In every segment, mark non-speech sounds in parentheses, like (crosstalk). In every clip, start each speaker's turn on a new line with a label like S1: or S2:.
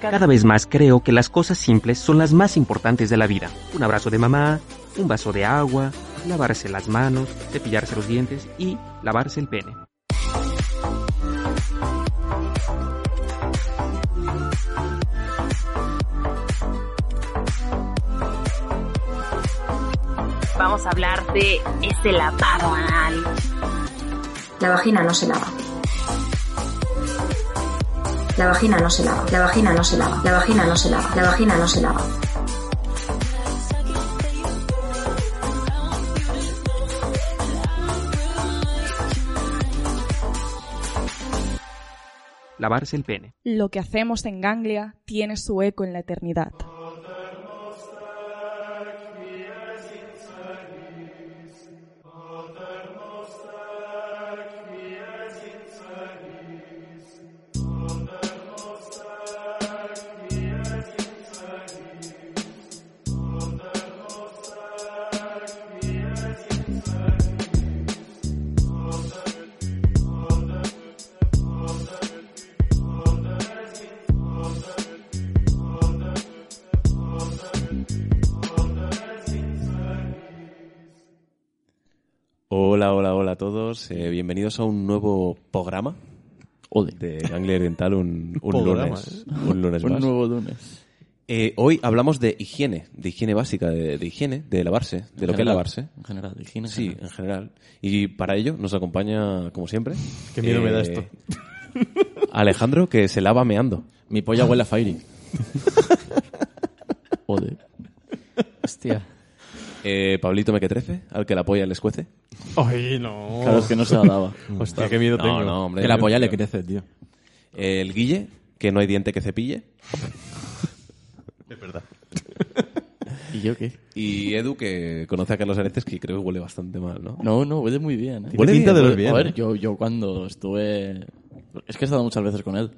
S1: Cada vez más creo que las cosas simples son las más importantes de la vida. Un abrazo de mamá, un vaso de agua, lavarse las manos, cepillarse los dientes y lavarse el pene.
S2: Vamos a hablar de ese lavado anal.
S3: La vagina no se lava. La vagina no se lava, la vagina no se lava, la vagina no se lava, la vagina no se lava.
S1: Lavarse el pene.
S4: Lo que hacemos en Ganglia tiene su eco en la eternidad.
S5: Hola, hola, hola a todos. Eh, bienvenidos a un nuevo programa de Ganglia Dental,
S6: (laughs)
S5: un, un
S6: Programa,
S5: lunes.
S6: ¿eh?
S5: Un lunes
S6: Un
S5: más.
S6: nuevo lunes.
S5: Eh, hoy hablamos de higiene, de higiene básica, de, de higiene, de lavarse, de lo que es
S6: general,
S5: lavarse.
S6: En general, de higiene. en
S5: Sí,
S6: general.
S5: en general. Y para ello nos acompaña, como siempre.
S6: Qué miedo
S5: Eh,
S6: me da esto.
S5: Alejandro, que se lava meando.
S6: Mi polla huele
S5: (laughs)
S6: a Fairy. Joder.
S7: (laughs) Hostia.
S5: Eh, Pablito Mequetrefe, al que la polla le escuece.
S8: Ay, no.
S6: Claro, es que no se la daba.
S8: Hostia, qué miedo
S5: No,
S8: tengo.
S5: no, hombre.
S6: que la
S5: yo-
S6: polla le
S5: yo-
S6: crece, tío.
S5: El Guille, que no hay diente que cepille. Es verdad.
S6: ¿Y yo qué?
S5: Y Edu, que conoce a Carlos Areces, que creo que huele bastante mal, ¿no?
S6: No, no, huele muy bien. ¿eh?
S5: Huele pinta bien, de oler huele bien,
S6: A ver,
S5: ¿eh?
S6: yo, yo cuando estuve... Es que he estado muchas veces con él.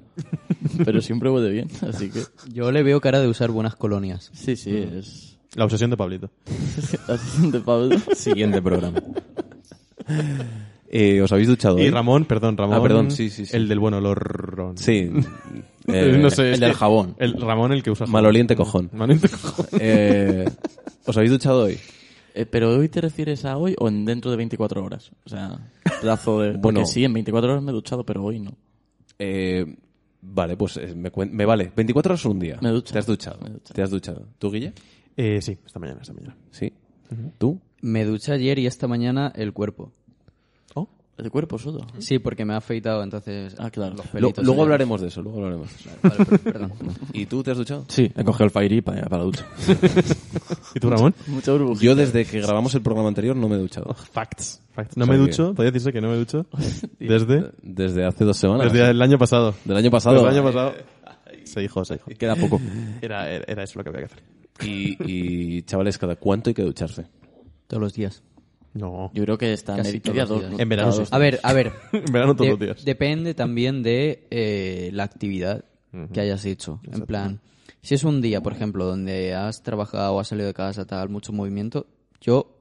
S6: Pero siempre huele bien, (laughs) así que...
S7: Yo le veo cara de usar buenas colonias. Mm.
S6: Sí, sí, es...
S8: La obsesión de Pablito.
S6: Asistente Pablo.
S5: Siguiente programa. (laughs) Eh, ¿Os habéis duchado?
S8: Y
S5: hoy?
S8: Ramón, perdón, Ramón.
S5: Ah, perdón, sí, sí, sí.
S8: El del buen olor. (laughs)
S5: Sí. Eh,
S8: Eh, no sé,
S6: el
S8: es
S6: del
S8: que-
S6: jabón.
S8: El Ramón, el que usa. jabón.
S5: Maloliente cojón.
S8: Maloliente cojón.
S5: (laughs) Eh, ¿Os habéis duchado hoy?
S6: Eh, pero hoy te refieres a hoy o en dentro de 24 horas. O sea, plazo de...
S5: Bueno.
S6: Porque sí, en 24 horas me he duchado, pero hoy no.
S5: Eh, vale, pues eh, me, cuen- me vale. 24 horas un día.
S6: Me he duchado.
S5: Te has duchado.
S6: Me he duchado.
S5: Te has duchado. ¿Tú, Guille?
S8: (laughs) Eh, sí, esta mañana, esta mañana.
S5: Sí. ¿Tú?
S7: Me duché ayer y esta mañana el cuerpo.
S6: El cuerpo solo.
S7: Sí, porque me ha afeitado, entonces.
S6: Ah, claro.
S7: los
S6: Lo-
S5: Lo-
S7: pelitos
S5: luego
S7: se le-
S5: hablaremos de eso, luego hablaremos.
S7: Vale, per- perdón.
S5: ¿Y tú te has duchado?
S6: Sí, he cogido el Fairy para, para la ducha.
S8: ¿Y tú, Ramón?
S6: (laughs) Mucha burbujita.
S5: Yo desde que grabamos el programa anterior no me he duchado.
S8: Facts. Facts. No
S5: O sea
S8: me
S5: que-
S8: ducho, podría decirse que no me ducho. Desde,
S5: Desde hace dos semanas.
S8: desde el año pasado.
S5: Del año pasado.
S8: Desde el año pasado. Se dijo, se dijo.
S6: Queda poco.
S8: Era, era, era eso lo que había que hacer.
S5: Y, y, chavales, ¿cada cuánto hay que ducharse?
S7: Todos los días.
S8: No.
S6: Yo creo que está
S7: Casi
S6: media-
S7: todos
S6: media
S7: los
S6: dos.
S7: días.
S6: ¿no?
S8: En verano sí.
S7: A ver, a ver.
S8: (laughs) En verano todos
S7: De-
S8: los días.
S7: Depende también de eh, la actividad que hayas hecho. En plan, si es un día, por ejemplo, donde has trabajado, has salido de casa, tal, mucho movimiento, yo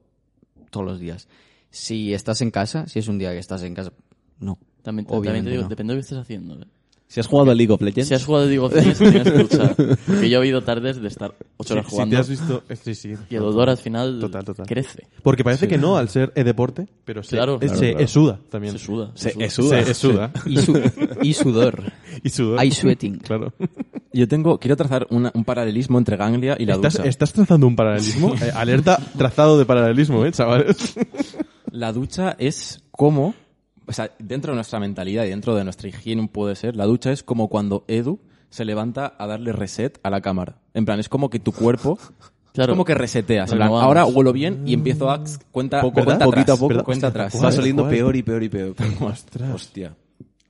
S7: todos los días. Si estás en casa, si es un día que estás en casa, no.
S6: También, también
S7: Obviamente
S6: te digo,
S7: no.
S6: depende de lo que estés haciendo. ¿eh?
S5: Si has jugado a League of Legends.
S6: Si has jugado
S7: (laughs)
S6: digo tienes que duchar. Porque yo he habido tardes de estar 8
S8: Si,
S6: horas
S8: si te
S6: jugando
S7: (laughs)
S8: has visto. eh, Sí, sí.
S6: y el odor al final
S8: Total, total.
S6: crece.
S8: Porque parece que no, al ser e-deporte, pero se,
S6: Claro,
S8: eh,
S6: claro,
S8: se
S5: claro.
S8: exuda también.
S6: Se suda.
S5: Se-
S6: Se suda.
S5: es suda.
S8: Se exuda.
S7: Y, su- y sudor.
S8: (laughs) Y sudor.
S7: Hay sweating.
S8: (laughs) Claro.
S9: Yo tengo, quiero trazar una- un paralelismo entre Ganglia
S5: Eh,
S9: y la
S8: ¿Estás,
S9: ducha.
S8: estás trazando un paralelismo? Eh, alerta trazado de paralelismo, ¿eh, chavales?
S9: La ducha es como, o sea, dentro de nuestra mentalidad y dentro de nuestra higiene puede ser, la ducha es como cuando Edu se levanta a darle reset a la cámara. En plan, es como que tu cuerpo,
S6: Claro.
S9: es como que reseteas. En plan,
S6: Renovamos.
S9: ahora huelo bien y empiezo a cuenta,
S8: Poco,
S9: cuenta
S8: ¿verdad? Poquito
S9: atrás,
S8: a poco.
S9: ¿verdad? cuenta
S8: Cuenta
S9: atrás.
S8: atrás.
S5: Vas oliendo
S8: ¿Cuál?
S5: peor y peor y peor. Ostras. Hostia.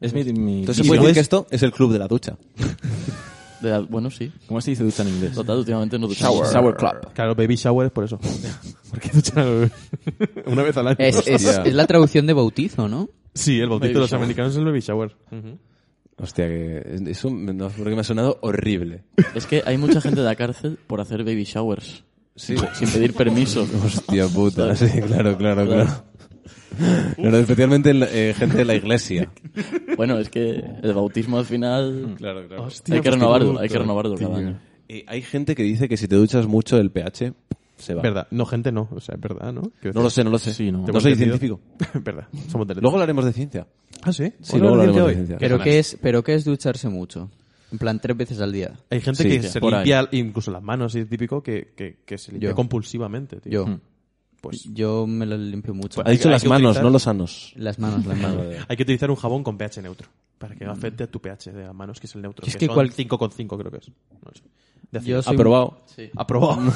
S9: Es mi, mi-
S5: Entonces se
S8: Y
S5: puede
S8: no
S5: decir
S8: es-
S5: que esto es el club de la ducha.
S10: De la- bueno, sí.
S9: ¿Cómo se dice ducha en inglés?
S10: Total, últimamente no
S9: Shower. Shower club.
S8: Claro, baby shower es por eso. Porque duchan al bebé. Una vez al año.
S6: Es, es-
S9: Hostia.
S6: es la traducción de bautizo, ¿no?
S8: Sí, el bautizo
S10: Baby
S8: de los
S10: shower.
S8: americanos es el baby shower.
S5: Hostia, que eso me- no, porque me ha sonado horrible.
S10: Es que hay mucha gente de la cárcel por hacer baby showers.
S5: Sí.
S10: Sin pedir permiso.
S5: (laughs) Hostia puta, sí, claro, claro, claro. Pero especialmente en la- eh, gente de la iglesia.
S10: Bueno, es que el bautismo al final.
S5: Mm, Claro, claro.
S8: pues
S10: hay que renovarlo,
S8: eh.
S10: hay que renovarlo cada año.
S5: Eh, hay gente que dice que si te duchas mucho el pH se va.
S8: Verdad. No, gente no. O sea, es verdad, ¿no? Quiero
S5: No lo
S8: decir,
S5: sé, no lo sé. no.
S8: tengo
S5: soy
S8: entendido.
S5: científico.
S8: (laughs) verdad. Somos de letras.
S5: Luego hablaremos de ciencia.
S8: Ah, sí.
S5: Sí, luego hablaremos de ciencia.
S6: Pero que es, pero que es ducharse mucho. En plan, tres veces al día.
S8: Hay gente
S5: Sí,
S8: que
S5: sí.
S8: se
S5: Por ahí.
S8: limpia incluso las manos, y es típico que, que, que se limpia
S6: Yo.
S8: compulsivamente. tío.
S6: Yo.
S5: Mm.
S8: Pues-
S6: Yo me lo limpio mucho.
S5: Ha dicho
S8: hay
S5: las
S8: que
S5: manos,
S8: utilizar-
S5: no los sanos.
S6: Las manos, las
S9: (laughs)
S6: manos.
S8: Hay que utilizar un jabón con pH neutro para que no afecte a tu pH de las manos, que es el neutro.
S6: Es que cual-
S8: 5,5 creo que es. No sé. De ácido.
S6: Yo soy,
S5: Aprobado.
S9: (laughs)
S8: Aprobado.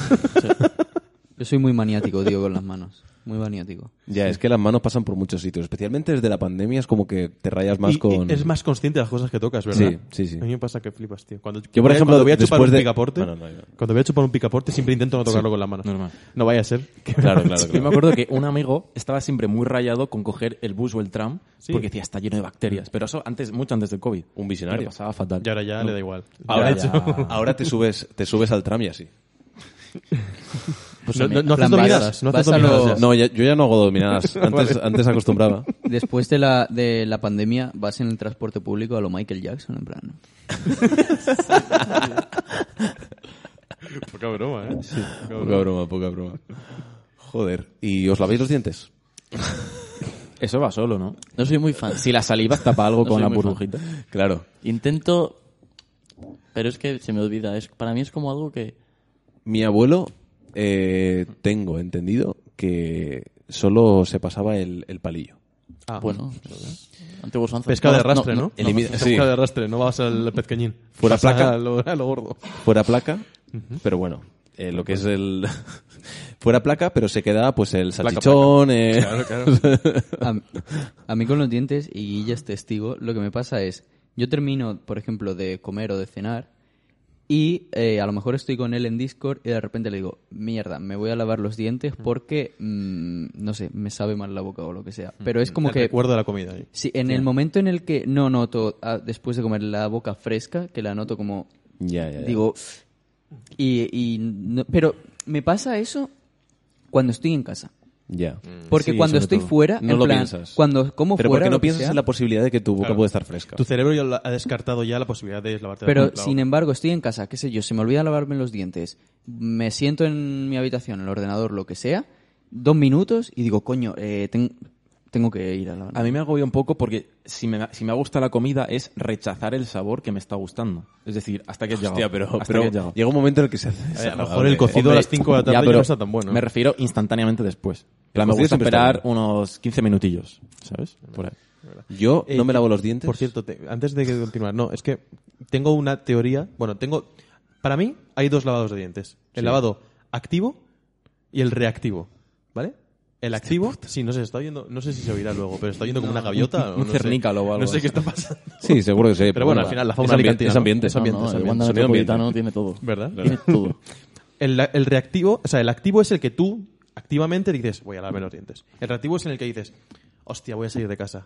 S6: yo soy muy maniático, digo, con las manos. Muy maniático.
S5: Ya, es que las manos pasan por muchos sitios. Especialmente desde la pandemia es como que te rayas (laughs) más
S8: Y- y
S5: con...
S8: es más consciente de las cosas que tocas, ¿verdad?
S5: Sí, sí, sí.
S8: A mí me pasa que flipas, tío. Cuando,
S5: Yo, por ejemplo,
S8: cuando voy a chupar
S5: después
S8: un
S5: de-
S8: picaporte,
S5: Bueno, no, no.
S8: cuando voy a chupar un picaporte, siempre intento no tocarlo con las manos.
S9: Normal.
S8: No vaya a ser. que- (laughs)
S5: Claro, claro,
S9: Yo me
S5: claro.
S9: acuerdo que un amigo estaba siempre muy rayado con coger el bus o el tram
S8: Sí.
S9: porque decía, está lleno de bacterias. Pero eso antes, mucho antes del COVID.
S5: Un visionario.
S9: Pero pasaba fatal.
S8: Y ahora ya le da igual.
S5: Ahora,
S8: Ya, ya.
S5: ahora te, subes, te subes al tram y
S8: (laughs)
S5: así.
S6: Pues
S8: No-
S6: a mí-
S8: no- no haces
S6: plan, vas-
S8: dominadas, no
S6: vas
S8: haces
S6: a lo-
S8: dominadas
S5: No, ya- yo ya no hago
S8: (laughs)
S5: dominadas. Antes, antes acostumbraba.
S6: Después de la, de la pandemia, vas en el transporte público a lo Michael Jackson, en plan.
S8: (laughs) Poca broma, ¿eh?
S5: Poca broma, poca broma. Joder. ¿Y os laváis los dientes?
S9: Eso va solo, ¿no?
S10: No soy muy fan.
S9: Si la saliva tapa
S10: (laughs)
S9: algo
S10: No
S9: con
S10: soy
S9: la
S10: muy fan.
S9: burbujita.
S5: Claro.
S10: Intento. Pero es que se me olvida. Es, para mí es como algo que.
S5: Mi abuelo, eh, tengo entendido que solo se pasaba el, el palillo.
S8: Ah.
S10: Bueno. Antiguos ancestros.
S8: Pesca de arrastre, ¿no?
S5: Elimina-
S8: Pesca
S5: sí.
S8: de arrastre, no vas al pezqueñín.
S5: Fuera
S8: Vas
S5: placa.
S8: A lo, a lo gordo.
S5: Fuera placa, pero bueno, eh, lo que es el... (laughs) fuera placa, pero se queda pues el salchichón, eh,
S6: A, a mí con los dientes, y Guilla es testigo, lo que me pasa es, yo termino, por ejemplo, de comer o de cenar, y eh, a lo mejor estoy con él en Discord y de repente le digo, mierda, me voy a lavar los dientes porque, mm, no sé, me sabe mal la boca o lo que sea. Pero es como
S8: El
S6: que...
S8: recuerdo de la comida. ahí.
S6: Sí, en el momento en el que no noto, ah, después de comer la boca fresca, que la noto como
S5: (laughs) Ya, ya, ya.
S6: Digo, y, y no- pero me pasa eso cuando estoy en casa.
S5: ya.
S6: Porque
S5: Sí,
S6: cuando
S5: sobre
S6: estoy
S5: todo.
S6: fuera,
S5: no
S6: en
S5: lo
S6: plan,
S5: piensas.
S6: cuando como
S5: pero
S6: fuera,
S5: porque
S6: o
S5: no
S6: lo que
S5: piensas
S6: sea,
S5: en la posibilidad de que tu boca
S8: Claro.
S5: puede estar fresca.
S8: Tu cerebro ya lo ha descartado ya la posibilidad de lavarte la
S6: pero
S8: boca.
S6: sin embargo, estoy en casa, qué sé yo, se me olvida lavarme los dientes, me siento en mi habitación, en el ordenador, lo que sea, dos minutos y digo, coño, eh, ten- tengo que ir a lavar.
S9: A mí me agobia un poco porque si me, si me gusta la comida es rechazar el sabor que me está gustando. Es decir, hasta que he llegado.
S5: Hostia, pero,
S9: Hasta
S5: pero
S9: que he llegado.
S5: llega un momento en el que se hace.
S8: Eh, a lo
S5: desagradable.
S8: mejor el cocido a las 5 de la tarde
S9: Ya,
S8: ya,
S9: pero
S8: no está tan bueno.
S9: Me refiero instantáneamente después. Pero me
S5: ¿eh? cocido
S9: gusta
S5: siempre está
S9: esperar unos 15 minutillos, ¿sabes? Por ahí.
S5: Yo
S8: Eh,
S5: no me
S8: yo-
S5: lavo los dientes.
S8: Por cierto, te- antes de que continuar, no, es que tengo una teoría. Bueno, tengo. Para mí hay dos lavados de dientes: el lavado activo y el reactivo. ¿Vale? El activo, sí, no sé, está oyendo, no sé si se oirá luego, pero está oyendo como
S9: (laughs)
S8: una gaviota. o
S9: un
S8: no sé.
S9: cernícalo o algo
S8: No sé
S9: así.
S8: qué está pasando.
S5: Sí, seguro que sí.
S8: Pero bueno, al final la fauna
S5: es ambiente.
S8: alicantina,
S5: Es ambiente.
S8: ¿no? Es ambiente,
S10: no, no,
S8: es
S10: el
S8: ambiente,
S10: Wanda
S5: sonido ambiente.
S10: Metropolitano tiene todo.
S8: ¿Verdad?
S10: Tiene
S6: (laughs)
S10: todo.
S8: El, el reactivo, o sea, el activo es el que tú activamente dices, voy a lavarme los dientes. El reactivo es en el que dices, hostia, voy a salir de casa.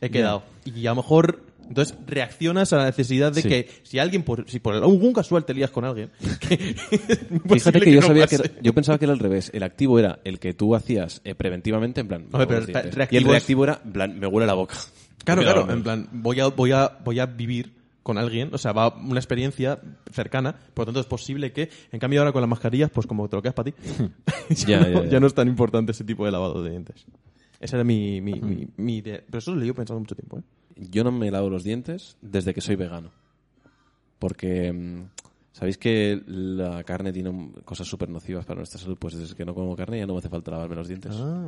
S8: He quedado. Y a lo mejor, entonces reaccionas a la necesidad de que si alguien, por, si por algún casual te lías con alguien, (laughs) que
S5: Fíjate
S8: (laughs) posible
S5: que yo
S8: Pues no
S5: sabía que
S8: pase.
S5: era- yo pensaba que era al revés. El activo era el que tú hacías eh, preventivamente en plan. me
S8: Hombre,
S5: lavo
S8: pero
S5: los
S8: el
S5: dientes. y
S8: reactivo
S5: el
S8: es-
S5: reactivo era en plan me huele la boca.
S8: (laughs) Claro,
S5: Me lavo
S8: claro,
S5: los
S8: en plan, voy a, voy, a, voy a vivir con alguien, o sea, va una experiencia cercana, por lo tanto es posible que, en cambio ahora con las mascarillas, pues como te lo quedas para ti, (laughs)
S5: Hmm. Ya,
S8: ya, no,
S5: ya, ya.
S8: ya no es tan importante ese tipo de lavado de dientes. Esa era mi, mi,
S5: Hmm.
S8: mi, mi idea. Pero eso lo he ido pensando mucho tiempo, ¿eh?
S5: Yo no me lavo los dientes desde que soy vegano. Porque mm, sabéis que la carne tiene mm, cosas súper nocivas para nuestra salud. Pues desde que no como carne ya no me hace falta lavarme los dientes.
S8: eso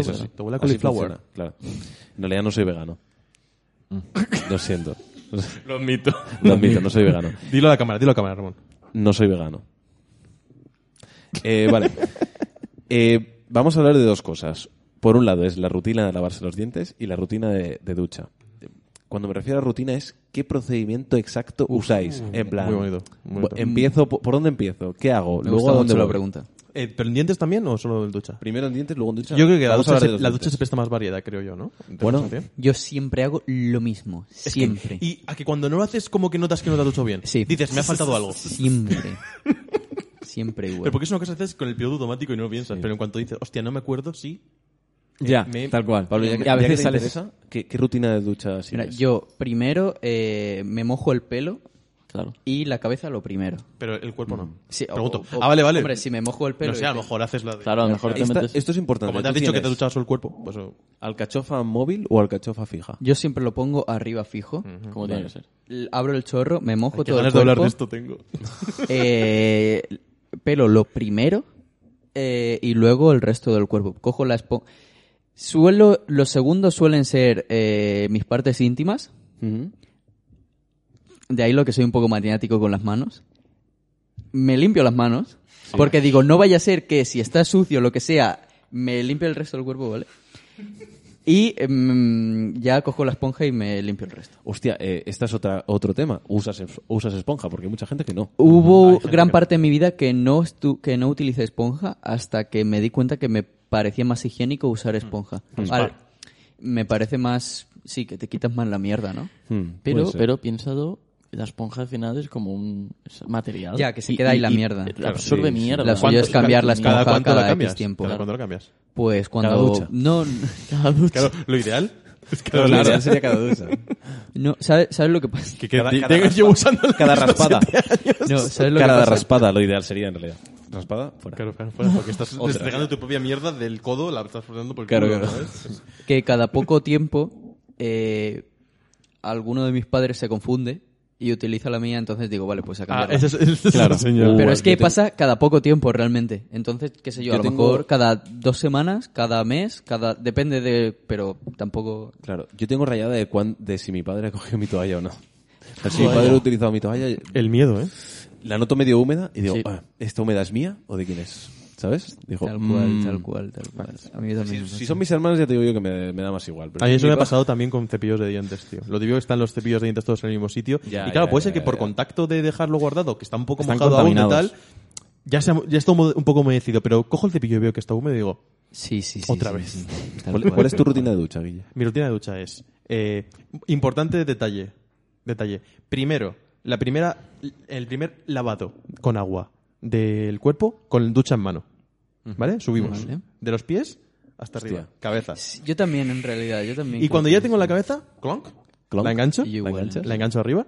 S8: es
S5: sí.
S8: verdad. Ah, Te huele a
S5: Así
S8: cauliflower. Mm.
S5: funciona, claro. En realidad no soy vegano. Lo
S8: (laughs)
S5: siento. Lo admito. Lo admito, no soy vegano.
S8: Dilo a la cámara, dilo a la cámara, Ramón.
S5: No soy vegano. Eh, vale. Eh, vamos a hablar de dos cosas. Por un lado es la rutina de lavarse los dientes y la rutina de, de ducha. Cuando me refiero a rutina es qué procedimiento exacto usáis. En plan,
S8: muy bonito, muy
S5: bu-
S8: bonito.
S5: empiezo po- por dónde empiezo, qué hago,
S6: Me
S5: luego
S6: gusta
S5: a
S6: mucho
S5: dónde
S6: la
S5: voy?
S6: pregunta.
S8: Eh, ¿Pero en dientes también o solo en ducha?
S5: Primero en dientes, luego en ducha.
S8: Yo creo que la, ducha,
S5: es
S8: se,
S5: de los
S8: la ducha se
S5: dientes.
S8: presta más variedad, creo yo, ¿no?
S5: Bueno,
S8: ¿Te parece?
S6: Yo siempre hago lo mismo. Siempre.
S8: Y a que cuando no lo haces, como que notas que no te has duchado bien.
S6: Sí.
S8: Dices, me ha faltado algo. (laughs)
S6: Siempre. siempre igual.
S8: Pero porque es una cosa que haces con el piloto automático y no lo piensas. Pero en cuanto dices, hostia, no me acuerdo, sí.
S9: Ya,
S8: me-
S9: tal cual.
S5: Pablo, ya
S9: Y
S5: que,
S9: a
S5: ya que
S9: veces
S5: te
S9: sales...
S5: interesa, ¿qué, qué rutina de ducha
S6: Mira,
S5: sigues?
S6: yo primero eh, me mojo el pelo
S10: Claro.
S6: y la cabeza lo primero.
S8: Pero el cuerpo no.
S6: Sí, o-
S8: Pregunto.
S6: o-
S8: ah, vale, vale.
S6: Hombre, si me mojo el pelo.
S8: no sé,
S6: y
S8: a lo
S6: te-
S8: mejor haces la de...
S10: Claro, a lo mejor te
S5: Esta-
S10: metes...
S5: esto es importante.
S8: Como
S5: ¿Tú
S8: te has dicho que te
S5: tienes
S8: has duchado solo el cuerpo, pues... oh,
S5: ¿Alcachofa móvil o alcachofa fija?
S6: Yo siempre lo pongo arriba fijo.
S10: Como tiene que ser.
S6: L- Abro el chorro, me mojo
S8: Qué
S6: todo el
S8: ganas de hablar
S6: cuerpo.
S8: de
S6: (laughs)
S8: esto tengo.
S6: eh, pelo lo primero eh, y luego el resto del cuerpo. Cojo la esponja. Suelo, los segundos suelen ser eh, mis partes íntimas. De ahí lo que soy un poco maniático con las manos. Me limpio las manos. Porque digo, no vaya a ser que si está sucio o lo que sea, me limpio el resto del cuerpo, ¿vale? Y mm, ya cojo la esponja y me limpio el resto.
S5: Hostia, eh, esta es otra, otro tema. Usas, es- usas esponja, porque hay mucha gente que no.
S6: Hubo gran parte de mi vida que no, estu- que no utilicé esponja hasta que me di cuenta que me parecía más higiénico usar
S8: Mm.
S6: esponja. Al- me parece más... Sí, que te quitas más la mierda, ¿no?
S5: Hmm,
S10: Pero,
S5: puede ser.
S10: pero piensado, la esponja al final es como un es material.
S6: Ya, que se queda ahí la mierda. Claro,
S10: absorbe
S5: sí, sí.
S10: mierda.
S6: La suya es cambiar la esponja
S8: ¿Cada
S6: cada,
S8: cuánto la
S6: X
S8: cambias?
S6: tiempo.
S8: ¿Cada cuánto la cambias?
S6: Pues
S10: Cada
S6: cuando...
S10: ducha.
S6: No, (laughs) cada ducha. (laughs)
S8: Claro, lo ideal es que
S9: Claro, la sería cada ducha.
S6: No, ¿sabes, ¿sabes lo que pasa?
S8: Que cada,
S5: (laughs)
S8: llevo usando la (laughs)
S9: Cada
S8: misma
S9: raspada.
S6: No, ¿sabes lo que
S9: Cada
S6: pasa?
S9: raspada, lo ideal sería en realidad. Raspada, fuera.
S8: Claro, claro, fuera, porque estás
S9: Otra.
S8: desplegando tu propia mierda del codo, la estás formando por el
S9: Claro,
S8: culo,
S9: claro.
S8: ¿sabes?
S6: que cada poco tiempo eh, alguno de mis padres se confunde y utiliza la mía, entonces digo, vale, pues a
S8: Ah,
S6: cambiarla.
S8: ese es, ese es el
S9: Claro.
S8: señor.
S9: Uh,
S6: Pero es
S9: yo
S6: Pues que
S9: tengo-
S6: pasa cada poco tiempo realmente. Entonces, qué sé yo, a
S5: Yo
S6: lo
S5: tengo-
S6: mejor cada dos semanas, cada mes, cada... Depende de... Pero tampoco...
S5: Claro, yo tengo rayada de, cuán- de si mi padre ha cogido mi toalla o no. O sea, si mi padre ha utilizado mi toalla,
S8: El miedo, ¿eh?
S5: la noto medio húmeda y digo,
S10: Sí.
S5: "Ah, ¿esta húmeda es mía o de quién es? ¿Sabes? Dijo,
S6: Tal cual,
S5: "Mm".
S6: tal cual, tal cual. A mí también.
S5: Si,
S6: me
S5: si
S6: pasa.
S5: son mis hermanos, ya te digo yo que me, me da más igual. pero-
S8: A mí eso me ha pasado también con cepillos de dientes, tío. Lo típico que están los cepillos de dientes todos en el mismo sitio.
S5: Ya,
S8: y claro,
S5: ya,
S8: puede ser
S5: ya,
S8: que
S5: ya,
S8: por
S5: ya.
S8: contacto de dejarlo guardado, que está un poco
S9: Están
S8: mojado aún y
S9: contaminados.
S8: tal, ya, se ha- ya está un poco humedecido. Pero cojo el cepillo y veo que está húmedo y digo,
S6: Sí, sí, sí.
S8: Otra
S6: sí,
S8: vez.
S6: sí, sí, tal
S5: ¿Cuál,
S6: cual.
S5: cuál es tu rutina de ducha, Guille?
S8: Mi rutina de ducha es eh, importante detalle, detalle. Primero, la primera, el primer lavado con agua del cuerpo con ducha en mano, ¿vale? Subimos
S6: Vale.
S8: de los pies hasta arriba, cabeza.
S6: Sí, Yo también, en realidad, yo también.
S8: Y
S6: creo
S8: cuando
S6: que
S8: ya
S6: es
S8: tengo la
S6: eso.
S8: cabeza, clonk,
S5: Clonk.
S8: la engancho,
S6: Y yo
S8: la
S6: igual,
S8: engancho,
S6: ¿eh?
S8: la engancho arriba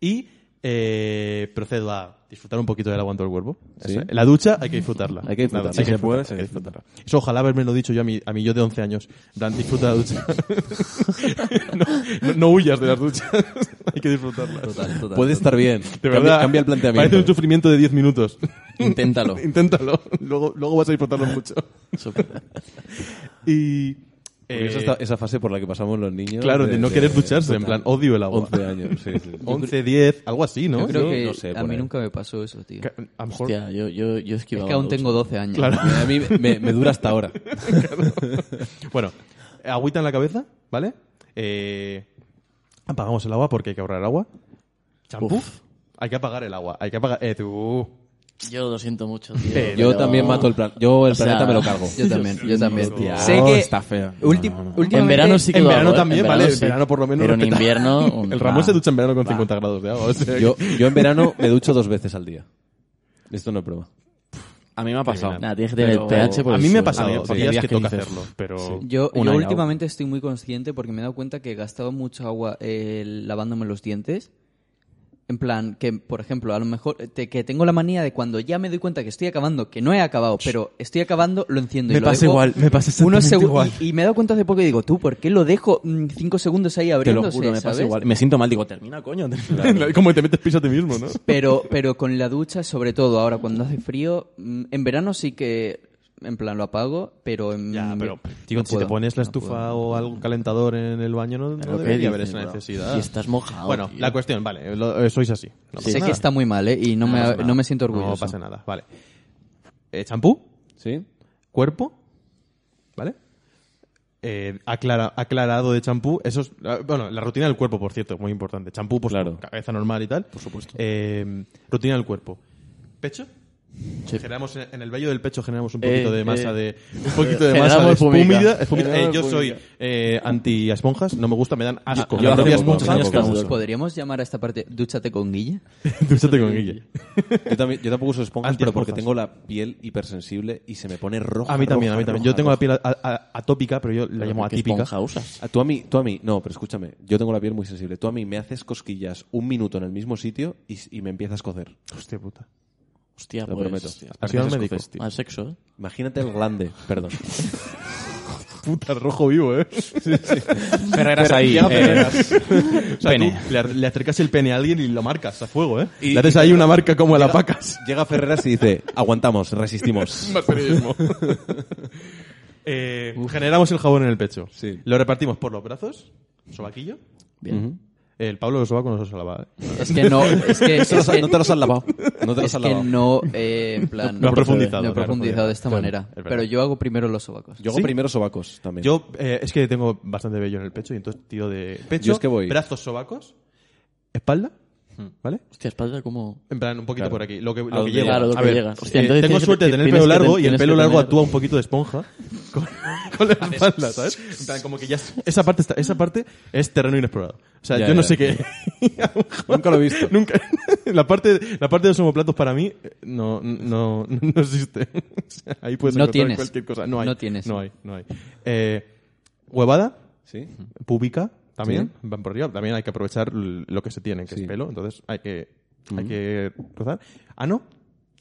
S8: y eh, procedo a disfrutar un poquito del agua en todo el cuerpo.
S5: Sí.
S8: Esa- La ducha hay que disfrutarla.
S5: Hay que disfrutarla.
S8: Nada,
S5: Si
S8: hay que
S5: se puede,
S8: disfrutarla,
S5: se
S8: hay que disfrutarla. Eso ojalá haberme lo dicho yo a mi, a mi yo de 11 años. En plan, disfruta la ducha. (laughs) no, no- no huyas de las duchas. (laughs) hay que
S5: (laughs)
S8: disfrutarlas.
S6: Total, total.
S5: Puede estar bien.
S8: De
S5: Cambia-
S8: verdad.
S5: Cambia el
S8: Parece un
S5: planteamiento.
S8: sufrimiento de 10 minutos. (laughs)
S9: Inténtalo.
S8: Inténtalo. Luego, luego vas a disfrutarlo mucho. y...
S5: Porque
S8: eh,
S5: esa, está- esa fase por la que pasamos los niños.
S8: Claro, de no querer ducharse, en plan, odio el agua.
S5: 11 años, sí, sí.
S8: 11, 10, algo así, ¿no?
S6: Yo creo
S5: Yo
S6: que
S5: no sé,
S6: a
S5: por
S6: mí
S5: ahí.
S6: nunca me pasó eso, tío.
S8: Que- A lo mejor.
S10: Hostia, Ah, yo, yo, yo
S6: es
S10: esquivaba
S6: que aún
S10: la ducha.
S6: tengo 12 años. (laughs)
S5: A mí me, me dura
S10: (laughs)
S5: hasta ahora.
S8: Bueno, agüita en la cabeza, ¿vale? Eh, apagamos el agua porque hay que ahorrar agua. ¿Champú? Hay que apagar el agua. Hay que apagar. Eh, tú. Eh,
S10: Yo lo siento mucho, tío.
S8: Pero-
S5: Yo también mato el plan. Yo el planeta me lo cargo.
S6: Yo también, yo también.
S9: Hostia,
S6: sé que
S9: está feo.
S6: ulti-
S9: No, no, no.
S6: últimamente-
S10: En verano sí que
S8: en
S10: lo
S8: verano
S10: hago, ¿eh?
S8: también,
S10: En
S8: vale,
S10: verano
S8: en
S10: sí.
S8: verano por lo menos
S10: Pero en
S8: respeta.
S10: invierno... un-
S8: (laughs) El Ramón
S10: bah.
S8: se ducha en verano con 50 grados de agua. o sea
S5: (laughs)
S8: que-
S5: Yo, yo en verano me ducho dos veces al día. Esto no es broma.
S9: A mí me ha pasado.
S10: Nada, tienes que tener el pH por
S8: a
S10: el
S8: mí me ha
S10: suelo.
S8: pasado
S9: A mí- sí,
S8: días que,
S9: días que
S8: toca
S9: dices-
S8: hacerlo, pero.
S6: Yo,
S9: Oh, Un
S6: yo
S9: año.
S6: últimamente estoy muy consciente porque me he dado cuenta que he gastado mucha agua eh, lavándome los dientes. En plan, que por ejemplo, a lo mejor eh, te- que tengo la manía de cuando ya me doy cuenta que estoy acabando, que no he acabado, pero estoy acabando, lo enciendo. y
S9: Me
S6: lo
S9: pasa
S6: dejo
S9: igual, me pasa
S6: unos
S9: exactamente
S6: segu-
S9: igual.
S6: (laughs)
S8: (laughs)
S6: Y, y me he dado cuenta hace poco y digo, tú, ¿por qué lo dejo mm, cinco segundos ahí
S9: Te lo
S6: abriéndose?
S9: juro, me pasa
S6: ¿sabes?
S9: igual. (laughs) Me siento mal, digo, termina, coño. termina.
S8: (laughs) Como que te metes piso a ti mismo, ¿no?
S6: Pero, pero con la ducha, sobre todo ahora cuando hace frío, mm, en verano sí que, en plan, lo apago, pero en...
S8: Ya, pero
S6: Mm, no
S8: digo, si
S6: puedo,
S8: te pones la
S6: no puedo.
S8: estufa o algún calentador en el baño, no,
S10: Pero
S8: no
S10: ¿qué
S8: debería
S10: dices,
S8: haber esa
S10: bro?
S8: necesidad.
S10: Si estás
S5: Ah,
S10: mojado,
S8: Bueno,
S10: tío.
S8: la cuestión, vale, lo- eh, sois así. No pasa
S6: sé
S8: nada.
S6: que está muy mal, ¿eh? Y no, me,
S8: pasa nada.
S6: no me siento orgulloso.
S8: No pasa nada, vale. Eh, champú,
S5: ¿Sí?
S8: cuerpo, ¿vale? eh, aclara- aclarado de champú. Eso es, ah, bueno, la rutina del cuerpo, por cierto, muy importante. Champú, pues
S5: Claro.
S8: cabeza normal y tal. Por supuesto. rutina del cuerpo. ¿Pecho?
S10: Sí.
S8: Generamos en en el vello del pecho generamos un poquito
S10: Eh,
S8: de masa
S10: eh.
S8: de un poquito de masa de
S10: Generamos púmica.
S8: espúmida- espúmida. Eh,
S10: Generamos
S8: yo soy
S10: púmica.
S8: eh, anti esponjas, no me gusta, me dan asco.
S5: yo
S8: La
S5: hace
S8: propia
S5: poco,
S8: esponja-
S5: años que no uso.
S6: ¿Podríamos llamar a esta parte Dúchate con Guille?
S8: (laughs) Dúchate con Guille.
S5: Yo, también, yo tampoco uso esponjas, pero porque
S8: Antiesponjas.
S5: tengo la piel hipersensible y se me pone roja.
S8: A mí también,
S5: roja,
S8: a mí también.
S5: roja,
S8: Yo tengo la
S5: roja.
S8: piel a- a- atópica, pero yo la llamo
S10: ¿Qué
S8: atípica.
S10: esponja usas?
S5: Ah, Tú a mí, tú a mí, no, pero escúchame, yo tengo la piel muy sensible. Tú a mí me haces cosquillas un minuto en el mismo sitio y, y me empiezas a cocer.
S8: Hostia puta.
S10: Hostia,
S5: Te
S10: pues...
S5: lo prometo.
S8: Has ido al
S5: Pareces
S8: médico.
S5: escocés, tío.
S10: Mal sexo, ¿eh?
S5: Imagínate
S10: (laughs)
S5: el glande, perdón.
S8: Puta, rojo vivo, eh.
S9: Ferreras ahí.
S8: Llega
S9: eh,
S8: Ferreras. O sea,
S9: Pene.
S8: tú le, ar- le acercas el pene a alguien y lo marcas a fuego, eh.
S5: Y-
S8: le haces ahí una marca como a la pacas.
S5: Llega Ferreras y dice, aguantamos,
S8: (laughs)
S5: resistimos.
S8: Eh, generamos el jabón en el pecho.
S5: Sí.
S8: Lo repartimos por los brazos, sobaquillo.
S10: Bien.
S8: El Pablo los sobacos no se los lava, eh.
S6: Es que no, es que, es
S5: Eso lo-
S6: que-
S5: no te los has lavado.
S6: (laughs)
S5: No te los
S6: es
S5: has
S6: que
S5: lavado.
S6: no, eh, en plan,
S8: No ha profundizado,
S6: no he
S8: claro,
S6: profundizado de esta
S8: claro,
S6: manera.
S8: es verdad.
S6: Pero yo hago primero los sobacos.
S5: Yo hago primero sobacos también.
S8: Yo eh, es que tengo bastante vello en el pecho y entonces tiro de pecho,
S5: Yo es que voy. Hmm.
S8: brazos, sobacos, espalda, ¿vale?
S10: Hostia, espalda como...
S8: En plan, un poquito
S5: Claro.
S8: por aquí. Lo que, lo
S5: A donde
S8: que llevo.
S10: Claro, lo
S8: A
S10: que
S8: ver,
S10: llegas.
S8: eh,
S10: Hostia, entonces
S8: tengo
S10: tienes que-
S8: suerte de tener el
S10: tienes
S8: pelo
S10: que ten-
S8: largo y el
S10: tienes
S8: pelo
S10: que
S8: largo
S10: tener-
S8: actúa un poquito de esponja (laughs) con, con la espalda, ¿sabes? En plan, como que ya... es- Esa parte, está- esa parte es terreno inexplorado. O sea,
S5: Ya,
S8: yo no
S5: ya.
S8: sé qué...
S5: (laughs) Nunca lo he visto.
S8: Nunca... (laughs) La parte, la parte de los homoplatos para mí eh, no, no, no existe. (laughs) O sea, ahí puedes
S6: No
S8: encontrar
S6: tienes.
S8: cualquier cosa. No hay.
S6: No tienes.
S8: No hay, no hay. Eh, huevada,
S5: ¿Sí?
S8: púbica también, van por arriba. También hay que aprovechar l- lo que se tiene, que
S5: Sí. Mm.
S8: es pelo. Entonces hay que, hay que rozar. Ano.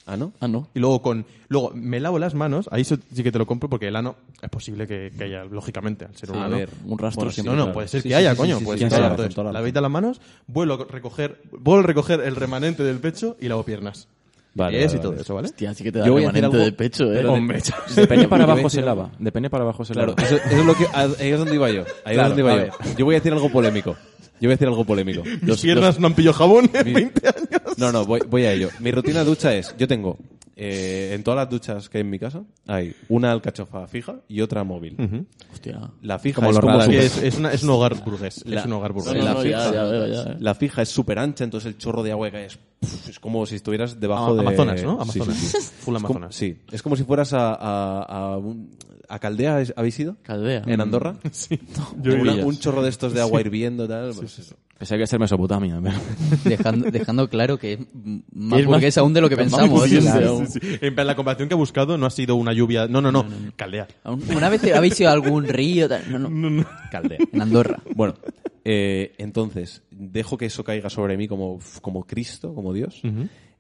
S5: ¿Ah, no?
S10: Ah, no.
S8: Y luego con luego me lavo las manos, ahí eso sí que te lo compro porque el ano es posible que, que haya, lógicamente, al ser
S5: Sí,
S8: humano.
S5: a ver,
S10: un rastro
S8: Bueno,
S10: siempre,
S8: No, no,
S10: claro.
S8: puede ser
S5: Sí,
S8: que
S5: sí,
S8: haya,
S5: sí,
S8: coño.
S5: sí,
S8: puede
S5: sí,
S8: ser
S5: sí,
S8: que haya.
S5: sí,
S8: Entonces,
S5: toda la razón.
S8: lavadita las manos, vuelvo a recoger, vuelvo a recoger el remanente del pecho y lavo piernas.
S5: Vale,
S8: Pies
S5: vale,
S8: y todo
S5: vale.
S8: eso, ¿vale?
S10: Hostia, sí que te da
S5: Yo voy a hacer
S10: remanente
S5: algo-
S10: de pecho, ¿eh?
S5: pero de-
S10: Hombre,
S9: De pene Pues para
S5: Yo voy a
S9: abajo
S5: decir
S9: se
S5: algo.
S9: lava. De pene para abajo se
S5: Claro,
S9: lava.
S5: eso, eso es lo que, ahí es donde iba yo. Ahí
S9: Claro,
S5: es donde iba
S9: a
S5: yo. Yo voy a decir algo polémico. Yo voy a decir algo polémico.
S8: (laughs) Mis piernas no han pillado jabón en 20 años.
S5: No, no, voy, voy a ello. Mi rutina de ducha es, yo tengo, eh, en todas las duchas que hay en mi casa, hay una alcachofa fija y otra móvil.
S8: Mm.
S10: Hostia.
S5: La fija
S9: Como
S5: es
S9: los
S5: como
S9: radares.
S5: súper-
S8: Es, es una- es un hogar burgués.
S5: La-
S8: es un hogar burgués.
S10: No, no,
S5: la
S10: no,
S5: fija.
S10: ya, ya veo, ya.
S5: La fija es súper ancha, entonces el chorro de agua que cae es, puf, es como si estuvieras debajo
S8: Ama-
S5: de...
S8: Amazonas, ¿no?
S5: Sí,
S8: Amazonas.
S5: sí, sí.
S8: (laughs) Full
S5: Es como-
S8: Amazonas.
S5: sí, es como si fueras a, a, a un- a Caldea, ¿habéis- ¿habéis ido?
S10: Caldea. Mm.
S5: ¿En
S8: (laughs)
S5: Andorra?
S8: Sí.
S5: Una-
S8: Una-
S5: un chorro de estos
S8: (laughs)
S5: de agua hirviendo, tal. pues eso.
S9: Pensaba que iba a ser Mesopotamia. pero-
S6: (laughs) Dejando, dejando claro que es m-
S10: Que
S6: más
S10: es más-
S6: burgués aún de lo que
S10: más
S6: pensamos.
S5: ¿eh?
S6: ¿eh?
S10: burgués,
S6: Claro.
S10: aún.
S8: Sí, sí. En plan, la comparación que ha buscado no ha sido una lluvia. No, no, no. Caldea.
S6: Aún- ¿Una vez te- habéis ido a algún río? tal? No, no.
S5: (laughs) Caldea.
S6: En Andorra.
S5: Bueno, eh, entonces, dejo que eso caiga sobre mí como, como Cristo, como Dios,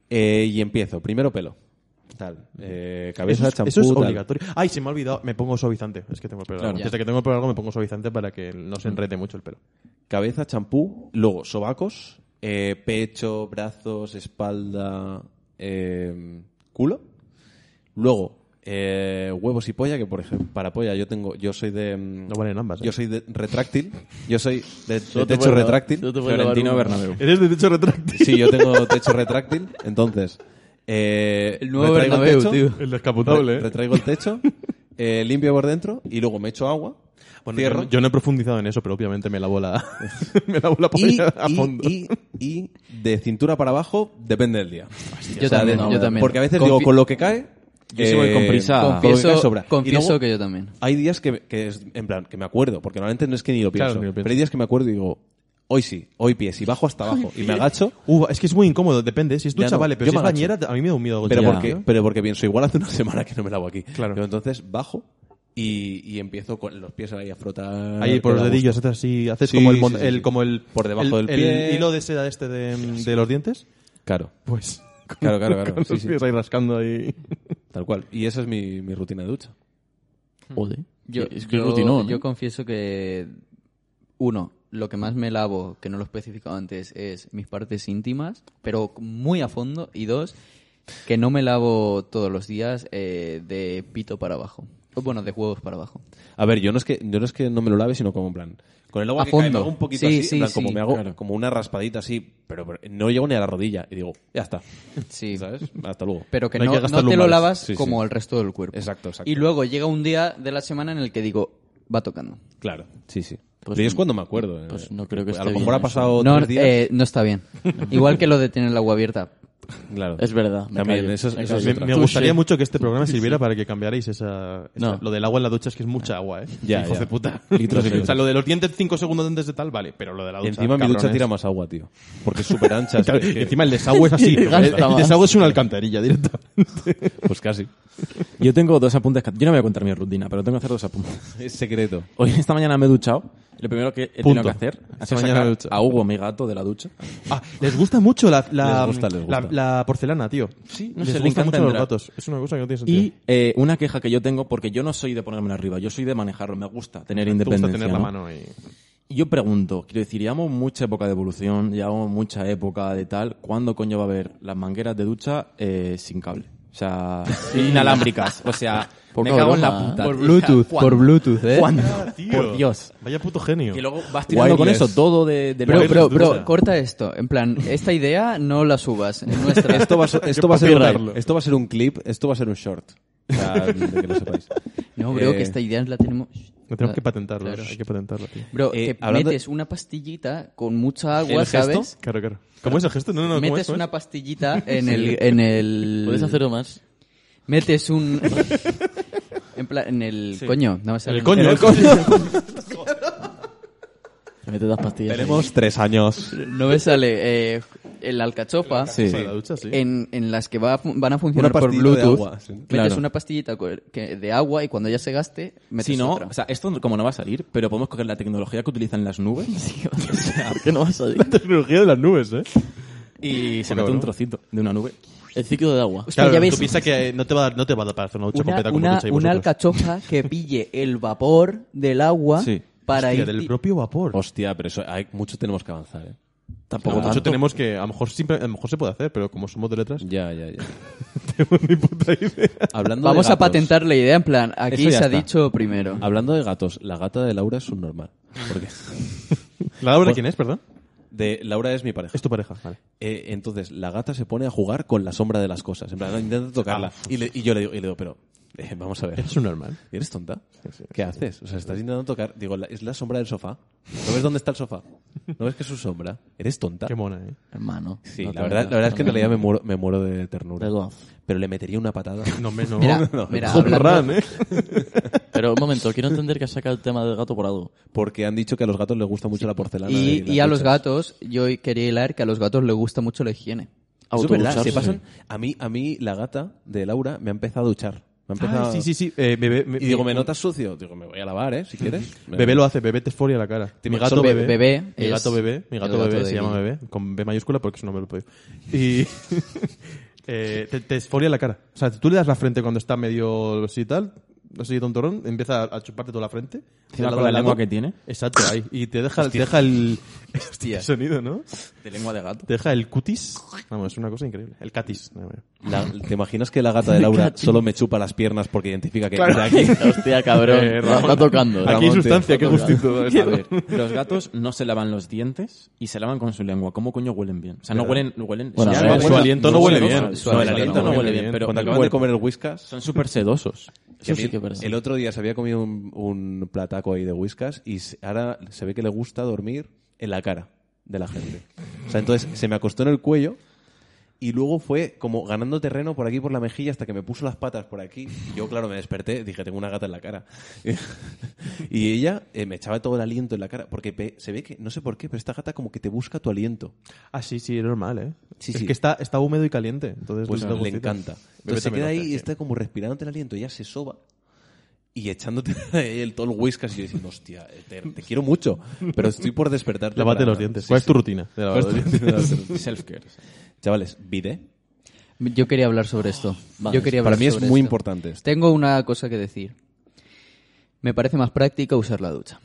S5: eh, y empiezo. Primero pelo. Tal. Eh, cabeza,
S8: Eso es,
S5: champú,
S8: eso es
S5: tal.
S8: obligatorio. Ay, se me ha olvidado. Me pongo suavizante. Es que tengo el pelo largo.
S5: Claro.
S8: Desde que tengo el pelo largo me pongo suavizante para que no se enrede mucho el pelo.
S5: Cabeza, champú, luego sobacos, eh, pecho, brazos, espalda, eh, culo. Luego, eh, huevos y polla, que por ejemplo, para polla yo tengo, yo soy de... mm,
S8: No valen ambas. ¿eh?
S5: Yo soy de retráctil. Yo soy de, de
S10: Solo te
S5: techo
S10: puedo-
S5: retráctil.
S10: solo te puedo
S5: Florentino
S10: lavar uno.
S5: Bernabéu.
S8: Eres de techo retráctil.
S5: Sí, yo tengo techo retráctil, entonces. eh,
S6: El nuevo
S5: retraigo
S6: Bernabéu,
S5: techo,
S6: tío.
S8: El
S5: re-
S8: descapotable, ¿eh?
S5: Retraigo el techo, eh, limpio por dentro y luego me echo agua,
S8: Bueno,
S5: cierro
S8: yo, yo no he profundizado en eso, pero obviamente me lavo
S5: (laughs)
S8: la, me lavo la
S5: y,
S8: polla a
S5: y-
S8: fondo.
S5: y- y de cintura para abajo depende del día.
S6: Yo también,
S5: de-
S6: yo también.
S5: Porque a veces
S6: Confi-
S5: digo, con lo que cae... eh,
S9: Yo sí voy
S6: Eh,
S9: con prisa.
S5: con lo que cae
S6: Confieso,
S5: sobra. Y
S6: confieso
S5: luego
S6: que yo también.
S5: Hay días que, que es, en plan, que me acuerdo, porque normalmente no es que ni lo
S8: Claro,
S5: pienso,
S8: ni lo pienso.
S5: pero hay días que me acuerdo y digo, hoy sí, hoy pies, y bajo hasta abajo, y me agacho,
S8: Uh, es que es muy incómodo, depende. Si es
S5: Ya
S8: ducha,
S5: no,
S8: vale, pero
S5: yo
S8: si
S5: me
S8: es
S5: agacho.
S8: bañera, a mí me da un miedo.
S5: Pero
S8: golpear,
S5: porque,
S8: ¿no?
S5: pero porque pienso, igual hace una semana que no me lavo aquí.
S8: Claro.
S5: Yo entonces bajo y, y empiezo con los pies ahí a frotar.
S8: Ahí por
S5: que
S8: los
S5: da
S8: dedillos,
S5: gusto.
S8: haces así, haces
S5: Sí,
S8: como el,
S5: sí,
S8: mon-
S5: sí,
S8: el-
S5: sí.
S8: como el,
S5: Por debajo
S8: el-
S5: del pie.
S8: el hilo de seda este de, de los dientes.
S5: Claro,
S8: Pues,
S5: claro, claro.
S8: (laughs) con
S5: claro. Sí,
S8: los
S5: sí,
S8: pies ahí rascando ahí.
S5: tal cual. Y esa es mi, mi rutina de ducha.
S10: Joder.
S6: Yo,
S10: es que
S6: yo-
S10: es rutinón, ¿eh?
S6: yo confieso que, uno, lo que más me lavo, que no lo he especificado antes, es mis partes íntimas, pero muy a fondo. Y dos, que no me lavo todos los días eh, de pito para abajo. O, Bueno, de huevos para abajo.
S5: A ver, yo no es que, yo no, es que no me lo lave, sino como en plan. Con el agua
S6: A
S5: que cae, me
S6: fondo.
S5: hago un poquito
S6: Sí,
S5: así,
S6: sí,
S5: en plan, como
S6: sí.
S5: me hago
S6: Claro.
S5: como una raspadita así, pero, pero no llego ni a la rodilla. Y digo, ya está.
S6: Sí.
S5: ¿Sabes? Hasta luego.
S6: Pero que
S8: No hay
S6: no,
S8: que
S6: no
S8: gastar
S6: te lo
S8: lumbares.
S6: lavas
S5: Sí, sí.
S6: como el resto del cuerpo.
S5: Exacto, exacto.
S6: Y luego llega un día de la semana en el que digo, va tocando.
S5: Claro, sí, sí.
S10: Pues
S5: y es
S10: no-
S5: cuando me acuerdo. eh.
S10: pues no creo que
S5: A
S10: esté
S5: lo mejor
S10: bien
S5: ha
S10: eso.
S5: pasado
S6: No,
S5: tres días.
S6: eh, no está bien. Igual que lo de tener el agua abierta.
S5: Claro.
S10: Es verdad. me
S5: También,
S10: callo,
S5: eso es-
S10: me
S5: eso es
S10: callo.
S5: otra.
S8: Me
S10: Touché.
S8: gustaría mucho que este programa sirviera para que cambiarais esa, esa-
S10: No.
S8: lo del agua en la ducha, es que es mucha agua, ¿eh?
S5: Ya,
S8: Hijos
S5: ya.
S8: de puta.
S5: (laughs) Litros y
S8: o sea,
S5: litros.
S8: lo de los dientes cinco segundos antes de tal, vale, pero lo de la ducha.
S5: Encima mi ducha
S8: cabrones.
S5: tira más agua, tío. Porque es
S9: (laughs)
S5: súper ancha. es que- ¿eh?
S8: Y encima el desagüe
S5: (laughs)
S8: es así.
S10: (laughs)
S8: el,
S10: Gasta
S8: el
S10: más.
S8: desagüe es una alcantarilla directa.
S5: Pues casi.
S9: Yo tengo dos apuntes. que- Yo no voy a contar mi rutina, pero tengo que hacer dos
S5: (laughs)
S9: apuntes.
S5: Es secreto.
S9: Hoy, esta mañana me he duchado. Lo primero que he
S8: Punto.
S9: tenido que hacer ha sido
S8: mañana me he
S9: sacar
S8: duchado.
S9: a Hugo, mi gato, de la ducha.
S8: Ah, les gusta mucho la, la,
S5: Les gusta, les gusta.
S8: la- la porcelana, tío.
S9: Sí, no
S8: les
S9: sé, le
S8: gusta
S9: encanta
S8: mucho
S9: el
S8: los
S9: drag.
S8: gatos. Es una cosa que no tiene sentido.
S9: Y eh, una queja que yo tengo, porque yo no soy de ponérmela arriba, yo soy de manejarlo, me gusta tener
S8: Te gusta
S9: independencia.
S8: tener la
S9: ¿no?
S8: mano y...
S9: Y yo pregunto, quiero decir, llevamos mucha época de evolución, llevamos mucha época de tal, ¿cuándo coño va a haber las mangueras de ducha eh, sin cable? O sea, inalámbricas. O
S5: (laughs)
S9: sea,
S10: Poca
S9: me cago en
S10: broma,
S9: la
S10: ¿eh?
S9: puta.
S6: Por
S9: tío.
S6: Bluetooth,
S9: O sea, ¿cuándo?
S6: por Bluetooth, ¿eh?
S9: ¿Cuándo?
S8: Ah, Tío.
S9: Por Dios.
S8: Vaya puto genio.
S9: Que luego vas tirando
S5: Wireless.
S9: con eso todo de, de
S6: Bro,
S9: los-
S6: bro,
S8: Wireless
S6: bro,
S8: ducha.
S6: corta esto. En plan, esta idea no la subas.
S8: (laughs)
S6: Es nuestra.
S5: Esto va,
S9: (laughs)
S5: a ser- esto,
S8: Yo
S5: va a ser
S8: papiarlo.
S5: un, esto va a ser un clip, esto va a ser un short. O sea, de que lo sepáis.
S6: No, bro,
S5: Eh,
S6: que esta idea la tenemos.
S8: No tenemos que patentarlo.
S6: Claro.
S8: Hay que patentarlo, tío.
S6: Bro,
S5: Eh,
S6: que
S5: hablando-
S6: metes una pastillita con mucha agua,
S9: ¿El gesto?
S6: ¿sabes?
S8: Claro, claro. ¿Cómo es el gesto? No, no, no. ¿cómo es?
S6: Metes
S8: ¿Cómo es?
S6: una pastillita
S8: (laughs)
S6: en el, en el.
S10: ¿Puedes hacerlo más?
S6: Metes
S8: (laughs)
S6: un. en plan, en el coño. No me sale
S8: El coño.
S6: nombre.
S8: El coño. (laughs)
S10: Te metes las pastillas.
S5: Tenemos tres años.
S6: No me sale. Eh, el alcachopa.
S8: Sí. Para la ducha, sí.
S6: En, en las que va, a fun- van a funcionar
S5: Una
S6: por
S5: pastilla de
S6: Bluetooth.
S5: agua, sí.
S6: Metes
S9: Claro.
S6: una pastillita co- que- de agua y cuando ya se gaste, metes
S9: Si no,
S6: otra.
S9: o sea, esto no- como no va a salir, pero podemos coger la tecnología que utilizan las
S10: (laughs)
S9: nubes
S10: O sea, ¿Por qué no vas a ir?
S8: Tecnología de las nubes, ¿eh?
S9: y se mete un trocito de una nube.
S10: El ciclo de agua.
S6: Hostia, ya ves,
S8: tú piensas que eh, no te va a dar, no te va a dar para hacer una ducha
S6: una,
S8: completa como
S6: una,
S8: ducha y
S6: una
S8: vosotros.
S6: alcachofa que pille el vapor del agua
S9: Sí.
S6: para
S8: Hostia,
S6: ir...
S8: del propio vapor.
S5: Hostia, pero eso, hay, mucho tenemos que avanzar, ¿eh?
S8: Como
S10: Tampoco
S8: mucho
S10: tanto.
S8: tenemos que, a lo mejor siempre, a lo mejor se puede hacer, pero como somos de letras,
S5: Ya, ya,
S10: (laughs)
S5: ya.
S8: tengo ni puta idea.
S5: Hablando de
S6: Vamos a
S5: gatos-
S6: patentar la idea en plan, aquí
S5: Eso ya
S6: se ha
S5: está.
S6: dicho primero.
S5: Hablando de gatos, la gata de Laura es un normal.
S9: (laughs)
S5: Porque
S8: (laughs) ¿La Laura quién es, perdón?
S5: de Laura es mi pareja.
S8: Pues, Es tu pareja, vale.
S5: Eh, entonces, la gata se pone a jugar con la sombra de las cosas. En plan, intenta tocarla.
S9: Ah.
S5: Y, le- y yo le digo, y le digo pero, eh, vamos a ver.
S8: Es un normal.
S5: ¿Eres tonta? ¿Qué haces? O sea, estás intentando tocar. Digo, la- es la sombra del sofá. ¿No ves dónde está el sofá? ¿No ves que es su sombra? ¿Eres tonta?
S8: Qué mona, ¿eh?
S10: Hermano.
S5: Sí,
S10: No te
S5: la, verdad,
S10: metas.
S5: la verdad es que en
S10: No,
S5: realidad me
S6: (laughs)
S10: no.
S5: muero, me muero de ternura.
S10: De gozo.
S5: Pero le metería una patada.
S8: (laughs) No, me, no.
S6: Mira,
S8: no.
S6: mira,
S8: Home
S6: hablando-
S8: run, ¿eh?
S10: Pero un momento, quiero entender que has sacado el tema del gato por algo.
S5: Porque han dicho que a los gatos les gusta mucho la porcelana.
S6: Y,
S5: las
S6: y a los
S5: duchas.
S6: gatos, yo quería hilar que a los gatos les gusta mucho la higiene.
S5: Eso es verdad, se
S10: Autoducharse.
S5: pasan. A mí, a mí, la gata de Laura me ha empezado a duchar. Me ha empezado...
S8: Ah, sí, sí, sí. Eh, bebé, me,
S5: Y digo, ¿me notas sucio? Digo, me voy a lavar, ¿eh? Si quieres.
S8: (laughs) Bebé lo hace, bebé te esforia la cara. Mi gato
S6: Solo be-
S8: bebé.
S6: bebé
S8: mi
S6: es
S8: gato bebé. Mi
S6: el
S8: gato
S6: gato
S8: bebé
S6: de
S8: se llama
S6: Billy.
S8: bebé. Con B mayúscula porque su nombre lo puedo. Y. (laughs) eh, te, te esforia la cara. O sea, tú le das la frente cuando está medio así y tal. Así de un torrón, empieza a chuparte toda la frente.
S9: Encima
S8: Al lado
S9: con la
S8: del
S9: lengua
S8: gato.
S9: que tiene.
S8: Exacto, ahí. Y te deja, te deja el. (laughs) este
S6: Hostia.
S8: sonido, ¿no?
S9: De lengua de gato.
S8: Te deja el cutis. Vamos, es una cosa increíble. El catis. No, no.
S5: La- ¿Te imaginas que la gata de Laura solo me chupa las piernas porque identifica que de aquí?
S10: Hostia,
S6: (laughs)
S10: cabrón.
S8: Eh, Ramón.
S10: está tocando.
S8: Aquí hay
S5: Ramón,
S8: sustancia,
S5: tío,
S8: qué
S5: Ramón.
S8: gustito.
S9: (laughs) A ver, los gatos no se lavan los dientes y se lavan con su lengua. ¿Cómo coño huelen bien? O sea, no huelen... no huelen
S10: Bueno,
S9: sí,
S10: a
S9: no
S10: ver,
S9: huelen-
S8: su aliento no huele bien.
S9: Su aliento no huele bien, pero
S5: Cuando
S9: el
S5: acaban de
S9: cuerpo.
S5: comer el whiskas,
S9: son súper sedosos.
S5: que a
S10: Eso sí
S5: mí
S10: que es verdad.
S5: el otro día se había comido un, un plataco ahí de whiskas y se- ahora se ve que le gusta dormir en la cara de la gente. O sea, entonces se me acostó en el cuello y luego fue como ganando terreno por aquí por la mejilla hasta que me puso las patas por aquí. Y yo, claro, me desperté, dije, tengo una gata en la cara. (laughs) y ella eh, me echaba todo el aliento en la cara porque pe- se ve que, no sé por qué, pero esta gata como que te busca tu aliento.
S8: Ah, sí, sí, es normal, ¿eh?
S5: Sí,
S8: es
S5: sí.
S8: que está, está húmedo y caliente. Entonces
S5: Pues
S8: da
S5: le
S8: gustito.
S5: encanta.
S8: Bebé
S5: Entonces se
S8: también
S5: queda
S8: lo hace,
S5: ahí y este
S8: sí.
S5: está como respirándote el aliento. Ella se soba y echándote (laughs) el, todo el whiskas y yo diciendo, hostia, te, te quiero mucho, pero estoy por despertarte.
S8: Lávate
S5: para-
S8: los dientes.
S5: Sí,
S8: ¿Cuál es
S5: sí. Pues
S8: tu rutina?
S5: (laughs)
S8: de lavado
S5: ¿Cuál
S8: de
S5: es tu
S8: dientes?
S5: rutina?
S9: Self-care.
S5: Chavales, vide.
S6: Yo quería hablar sobre esto. Yo quería hablar
S5: Para mí es
S6: sobre
S5: muy
S6: esto.
S5: importante esto.
S6: Tengo una cosa que decir. Me parece más práctica usar la ducha.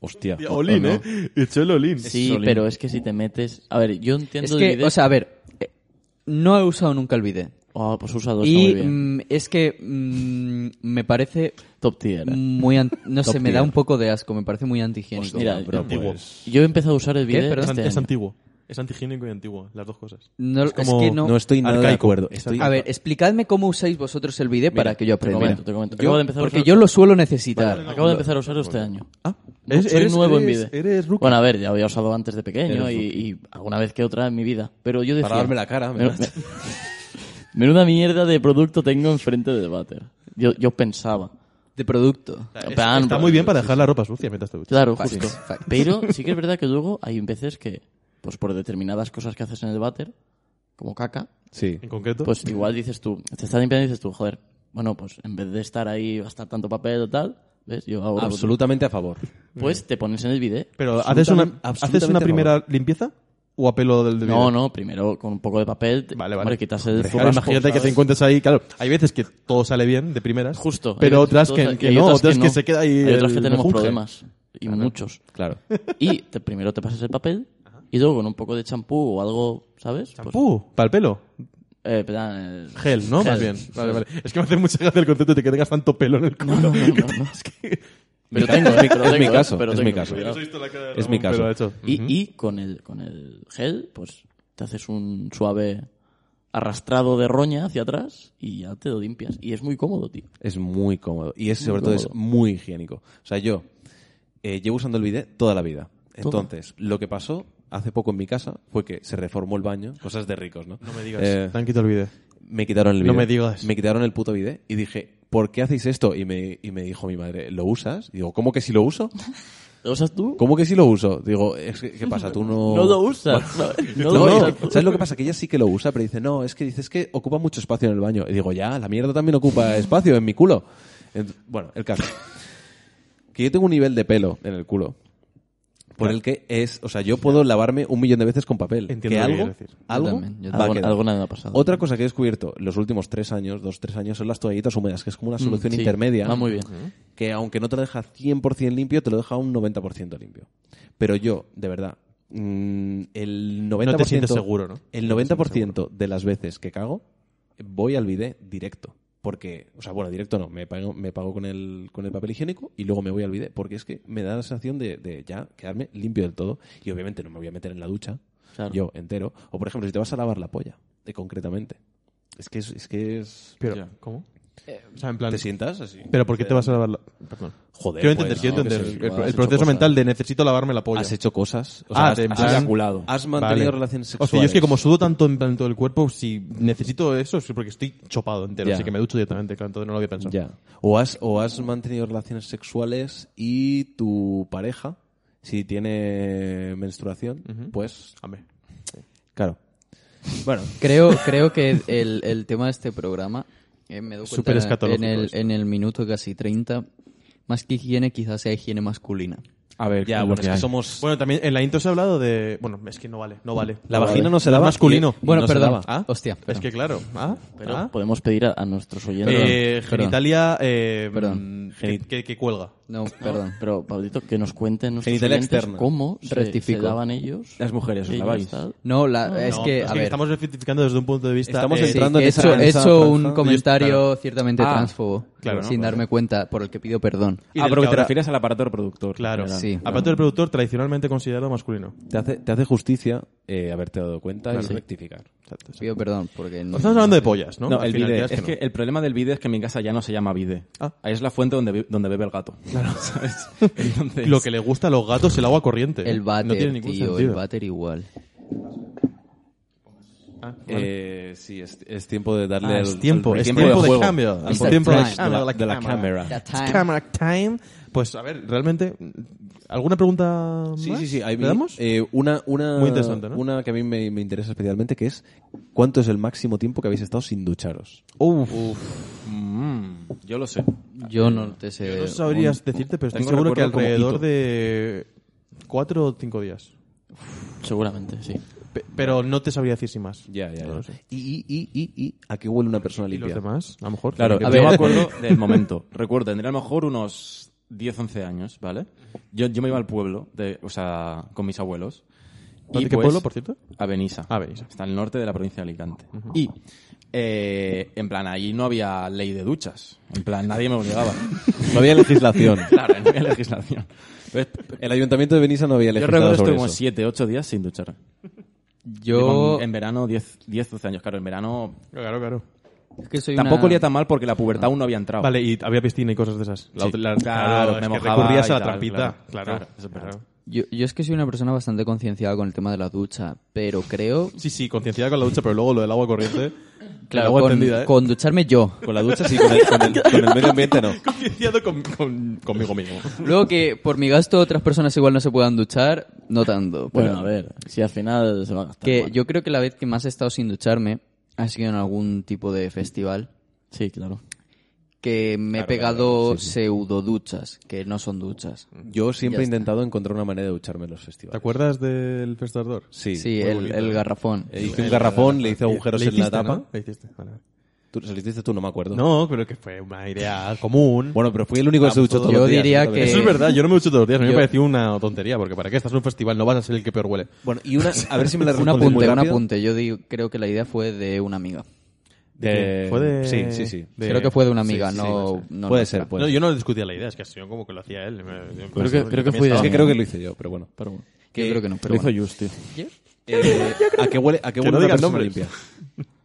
S5: Hostia.
S8: Hostia, Olin,
S5: ¿O no?
S8: ¿eh? Echó el Olin.
S10: Sí,
S9: solín.
S10: pero es que si te metes... A ver, yo entiendo
S6: Es
S10: el
S6: que,
S10: bidet.
S6: o sea, a ver, eh, no he usado nunca el bidet.
S10: Oh, pues usa dos,
S6: y
S10: está muy bien.
S6: mm, es que mm, me parece
S10: Top tier. eh.
S6: muy... an- No
S5: Top
S6: sé, me da
S5: tier.
S6: un poco de asco, me parece muy antihigiénico.
S10: Mira,
S5: Pero
S8: antiguo.
S5: pues,
S10: yo he empezado a usar el bidet
S6: Perdón,
S8: Es
S10: este
S8: an- es
S10: año.
S8: antiguo. Es antihigiénico y antiguo, las dos cosas.
S6: No, es,
S8: como-
S6: que no...
S5: No estoy nada de
S8: Arcaico.
S5: acuerdo. Estoy-
S6: A ver, explicadme cómo usáis vosotros el bidet
S10: Mira,
S6: para que yo
S10: te
S6: aprenda.
S10: comento, te comento.
S6: Yo-
S10: Acabo de empezar a
S6: porque
S10: usar-
S6: yo lo suelo necesitar.
S10: Acabo de empezar a usarlo este año.
S8: Ah, Eres-
S10: soy
S8: eres-
S10: nuevo en
S8: eres-
S10: vida.
S8: Eres rookie.
S10: Bueno, a ver, ya había usado antes de pequeño y,
S5: Eres
S10: y alguna vez que otra en mi vida. Pero yo decía...
S5: Para darme la cara, me
S10: Men-
S5: (laughs) das.
S10: men- Menuda mierda de producto tengo enfrente de váter. Yo, yo pensaba.
S6: De producto.
S10: En plan,
S8: Está muy bien para dejar la ropa sucia mientras te duchas.
S10: Claro,
S6: Facts,
S10: justo.
S6: facts. (laughs)
S10: Pero sí que es verdad que luego hay veces que, pues por determinadas cosas que haces en el váter, como caca,
S5: Sí.
S8: En concreto.
S10: pues igual dices tú, te estás limpiando y dices tú, joder, bueno, pues en vez de estar ahí, gastar tanto papel o tal, ¿ves? Yo ahora...
S5: Absolutamente a favor.
S10: Pues te pones en el bidet.
S8: Pero ¿haces una,
S5: absolutamente-
S8: ¿haces una
S5: absolutamente
S8: primera limpieza o apelo del debido?
S10: No, no, primero con un poco de papel, te-
S8: Vale, vale.
S10: hombre, quitas el
S8: Claro,
S10: forrasco,
S8: imagínate que
S10: ¿sabes?
S8: te encuentras ahí, claro, hay veces que todo sale bien de primeras,
S10: Justo. hay
S8: pero
S10: veces
S8: otras
S10: todo
S8: que,
S10: sale-
S8: que
S10: hay
S8: no,
S10: otras
S8: otras que,
S10: no.
S8: se queda ahí.
S10: Hay otras que
S8: el
S10: tenemos
S8: mejunje.
S10: problemas. Y muchos.
S5: Claro.
S10: Y te- primero te pasas el papel y luego con un poco de champú o algo, ¿sabes? Pues,
S8: Uh, para el pelo,
S10: eh, perdón, el-
S8: gel, ¿no? Más
S10: Gel.
S8: bien. Vale, vale. Es que me hace mucha gracia el concepto de que tengas tanto pelo en el culo.
S10: No, no, no, no, no.
S8: (laughs)
S10: Pero tengo,
S5: Es mi-
S10: pero
S5: es
S10: tengo,
S5: mi caso,
S10: pero
S5: es
S10: tengo,
S5: mi caso.
S10: cuidado.
S5: Es mi caso.
S8: Pero, hecho,
S10: Y, y con, el, con el gel, pues te haces un suave arrastrado de roña hacia atrás y ya te lo limpias. Y es muy cómodo, tío.
S5: Es muy cómodo. Y es,
S10: Muy
S5: sobre todo es
S10: cómodo.
S5: muy higiénico. O sea, yo eh, llevo usando el bidet toda la vida. Entonces, lo que pasó hace poco en mi casa fue que se reformó el baño. Cosas de ricos, ¿no? No me digas.
S10: Eh,
S8: Te han quitado el vídeo.
S5: me quitaron el
S8: No
S5: bidet.
S8: me digas.
S5: Me quitaron el puto bidet y dije, ¿por qué hacéis esto? Y me, y me dijo mi madre, ¿lo usas? Y digo, ¿cómo que si lo uso?
S10: ¿Lo usas tú?
S5: ¿Cómo que si lo uso? Digo, es que, ¿qué pasa? Tú no...
S10: No lo usas. (laughs) No, no
S5: No,
S10: lo
S5: no.
S10: usas tú.
S5: ¿Sabes lo que pasa? Que ella sí que lo usa, pero dice, no, es que dices que ocupa mucho espacio en el baño. Y digo, ya, la mierda también ocupa espacio en mi culo. Ent- bueno, el caso. Que yo tengo un nivel de pelo en el culo. Por el que es, o sea, yo puedo lavarme un millón de veces con papel. que
S8: Entiendo lo que
S5: algo,
S8: quieres decir.
S5: algo
S6: Yo también, yo
S5: va a
S10: Algo-
S5: quedar.
S10: alguna me ha pasado.
S5: Otra cosa que he descubierto los últimos tres años, dos, tres años, son las toallitas húmedas, que es
S6: Mm,
S5: como una solución
S10: Mm, Sí,
S5: intermedia.
S10: Va muy bien.
S5: Que aunque no te lo deja 100% limpio, te lo deja un 90% limpio. Pero yo, de verdad, mm, el 90%.
S8: No te sientes seguro, ¿no?
S5: El 90% de las veces que cago, voy al bidet directo. Porque, o sea, bueno, directo no, me pago, me pago con, el, con el papel higiénico y luego me voy al bidet. Porque es que me da la sensación de, de ya quedarme limpio del todo. Y obviamente no me voy a meter en la ducha,
S10: Claro.
S5: yo entero. O por ejemplo, si te vas a lavar la polla, eh, concretamente. Es que es. es que es...
S8: Pero, ¿cómo? o sea, en plan,
S5: ¿Te sientas así? Eh,
S8: pero ¿por qué te vas a lavar la... Perdón.
S5: Joder,
S8: Quiero entender,
S10: Eh,
S5: pues,
S8: quiero
S5: no,
S8: entender.
S5: que sí,
S8: El-
S5: igual
S8: el,
S5: has hecho
S8: proceso
S5: cosas.
S8: mental de necesito lavarme la
S10: Ah,
S8: polla.
S5: Has hecho cosas. O
S8: Ah,
S5: sea, has,
S8: de en
S5: has
S8: plan-
S5: eyaculado. Has mantenido
S8: Vale.
S5: relaciones
S8: O
S5: sexuales.
S8: sea, yo es que como sudo tanto en plan todo el cuerpo, si necesito eso es porque estoy chopado entero,
S5: Ya.
S8: así que me ducho directamente, claro, entonces no lo había pensado.
S5: Ya. O has, o has mantenido relaciones sexuales y tu pareja, si tiene menstruación, pues.
S8: Hombre.
S5: Claro. Bueno,
S6: Creo, creo que el, el tema de este programa, eh, me doy cuenta
S8: Súper
S6: en-
S8: escatológico
S6: en el,
S8: esto.
S6: en el minuto casi 30, más que higiene, quizás sea higiene masculina.
S9: A ver,
S5: ya,
S9: lo
S5: bueno, es que
S9: hay.
S5: somos.
S8: Bueno, también en la intro se ha hablado de... Bueno, es que no vale, no vale.
S5: la vagina no se lava.
S8: masculino.
S5: y- y
S6: Bueno,
S5: no se
S6: perdón.
S5: lava.
S8: ¿Ah?
S6: Hostia.
S8: Es
S6: perdón.
S8: que claro. ¿Ah?
S10: Pero
S5: pues,
S8: ¿Ah?
S10: podemos pedir a, a nuestros oyentes.
S8: Eh,
S6: Perdón.
S8: genitalia... Eh,
S6: Perdón.
S8: Que, que- que cuelga.
S6: No, perdón.
S10: Pero, Pablito, que nos cuenten nuestros
S5: Genitalia
S10: oyentes
S5: externa.
S10: cómo se,
S6: Rectifico.
S10: se daban ellos.
S9: Las mujeres, ¿os
S10: ellas,
S9: laváis?
S10: tal.
S6: No, la, es
S8: No,
S6: que, a
S8: es
S6: ver,
S8: estamos rectificando desde un punto de vista...
S5: Estamos
S8: eh,
S6: sí,
S5: entrando en
S6: he
S5: esa-
S6: hecho,
S5: en
S6: he
S5: esa
S6: hecho
S5: franja.
S6: un comentario ciertamente
S9: Ah,
S6: transfobo,
S8: claro, ¿no?
S6: sin darme cuenta, por el que pido perdón.
S8: y
S9: Ah, pero
S8: del que
S9: que te
S8: ahora-
S9: refieres al aparato reproductor.
S8: Claro.
S9: General.
S6: Sí.
S8: Aparato del productor tradicionalmente considerado masculino.
S5: Te hace, te hace justicia eh, haberte dado cuenta y rectificar.
S8: Exacto, exacto.
S6: Pido perdón, porque... no-
S8: Estamos hablando de pollas, ¿no?
S9: No,
S8: Al
S9: el
S8: final,
S9: bidet.
S8: dirás
S9: Es que,
S8: no.
S9: el problema del bidet es que en mi casa ya no se llama bidet.
S8: Ah.
S9: Ahí es la fuente donde, be- donde bebe el gato. Claro, ¿sabes? Entonces,
S8: Lo que le gusta a los gatos es el agua corriente. ¿eh?
S6: El váter,
S8: No tiene ningún
S6: tío, el
S8: sentido.
S6: váter igual.
S5: Eh, sí, es, es tiempo de darle
S8: Ah,
S5: al-
S8: es tiempo,
S5: al
S8: es
S5: tiempo
S8: tiempo de
S5: juego.
S8: cambio,
S5: Al
S8: es
S5: juego.
S8: tiempo de
S5: Time.
S9: Ah,
S8: cambio,
S5: de la, de la
S8: Ah, la
S5: cámara.
S6: That time.
S8: Camera time. Pues a ver, realmente, ¿alguna pregunta
S5: Sí,
S8: más?
S5: sí, sí. ahí
S8: ¿Le
S5: vi,
S8: damos?
S5: eh, una, una,
S8: Muy interesante, ¿no?
S5: una que a mí me, me interesa especialmente, que es ¿cuánto es el máximo tiempo que habéis estado sin ducharos?
S8: Uf,
S9: Mm, yo lo sé.
S6: Yo no te sé...
S8: no sabrías
S6: un-
S8: decirte, pero estoy
S9: eh, tengo
S8: seguro que
S9: recuerdo como
S8: alrededor
S9: hito.
S8: de cuatro o cinco días.
S10: Seguramente, sí.
S8: Pe- pero no te sabría decir si más.
S5: Ya, ya,
S8: No
S5: ya.
S8: lo sé.
S5: Y, y, y, y, y, ¿a qué huele una persona
S8: ¿Y los
S5: limpia?
S8: demás? A lo mejor.
S9: Claro,
S8: Porque
S9: yo
S6: ver.
S9: me
S8: (laughs)
S9: acuerdo del momento. Recuerdo, tendría a lo mejor unos 10, 11 años, ¿vale? Yo, yo me iba al pueblo, de, o sea, con mis abuelos.
S8: ¿De qué
S9: pues
S8: pueblo, por cierto?
S9: A Benissa.
S8: A Benissa.
S9: Está al norte de la provincia de Alicante. Y, eh, en plan, ahí no había ley de duchas. En plan, nadie me obligaba. (laughs)
S5: No había (laughs) legislación.
S9: claro, no había legislación. Entonces,
S5: El ayuntamiento de Benissa no había
S9: yo
S5: legislado
S9: recuerdo que
S5: sobre
S9: estuve como
S5: eso.
S9: 7, 8 días sin duchar.
S6: Yo-
S9: Llevan En verano, 10, 10, 12 años. Claro, en verano.
S8: Claro, claro.
S6: Es que soy
S9: Tampoco
S6: una-
S9: olía tan mal porque la pubertad aún no había entrado.
S8: Ah. Vale, y había piscina y cosas de esas. La
S9: Sí.
S8: otra- la-
S9: Claro,
S8: es
S9: me
S8: que
S9: mojaba
S8: recurrías
S9: y
S8: a la
S9: tal,
S8: trampita.
S9: claro.
S8: Claro,
S9: Claro, eso es
S8: claro.
S9: verdad.
S6: Yo, yo es que soy una persona bastante concienciada con el tema de la ducha, pero creo...
S8: Sí, sí, concienciada con la ducha, pero luego lo del agua corriente.
S6: Claro,
S8: agua
S6: con,
S8: tendida, ¿eh?
S6: con ducharme yo.
S5: Con la ducha sí, con el, con (laughs) el- con el medio ambiente no.
S8: Concienciado con, con- conmigo mismo.
S6: Luego que por mi gasto otras personas igual no se puedan duchar, no tanto. pero-
S10: Bueno, a ver, si al final se va a gastar.
S6: Que
S10: bueno.
S6: yo creo que la vez que más he estado sin ducharme ha sido en algún tipo de festival
S10: Sí, claro.
S6: que me he pegado pseudo duchas, que no son duchas.
S5: Yo siempre
S6: Ya
S5: he
S6: está.
S5: intentado encontrar una manera de ducharme en los
S8: ¿Te
S5: festivales.
S8: acuerdas del Festardor?
S5: Sí.
S6: Sí,
S8: muy
S6: el,
S8: bonito.
S6: el garrafón.
S5: Eh, hice un garrafón, le hice agujeros
S8: Le
S5: en la
S8: hiciste,
S5: tapa.
S8: ¿no? Le hiciste, vale.
S5: Tú, se lo hiciste tú, no me acuerdo.
S8: No, pero que fue una idea común.
S5: Bueno, pero fui el único que se duchó todos
S6: Yo
S5: los días,
S6: diría
S5: ¿no? También.
S6: que-
S8: Eso
S6: eh,
S8: es verdad, yo no me ducho todos los días, a mí
S6: yo-
S8: me pareció una tontería, porque ¿para qué estás en un festival? No vas a ser el que peor huele.
S5: Bueno, y una... A ver si me la
S6: Un
S5: respondes muy
S6: apunte, un
S5: rápido.
S6: apunte. Yo digo- creo que la idea fue de una amiga.
S5: De-
S8: Fue de-
S5: Sí, sí, sí.
S8: de-
S6: creo que fue de una amiga,
S8: sí, sí,
S6: no,
S8: sí.
S6: no
S5: puede
S6: nuestra.
S5: ser, puede
S8: No,
S5: ser.
S8: yo no discutía la idea, es que yo como que lo hacía él. me- yo-
S10: Ah, pues. Creo que- creo
S8: yo
S10: que
S8: también
S10: fui de-
S8: estaba-
S5: Es que creo que lo hice yo, pero bueno.
S10: Pero bueno.
S6: Yo creo que no, pero
S10: lo hizo
S6: bueno.
S10: Just, tío.
S5: Eh, ¿A qué huele, a qué
S8: Que
S5: huele
S8: no
S5: una
S8: digas
S5: persona
S8: nombres.
S5: limpia?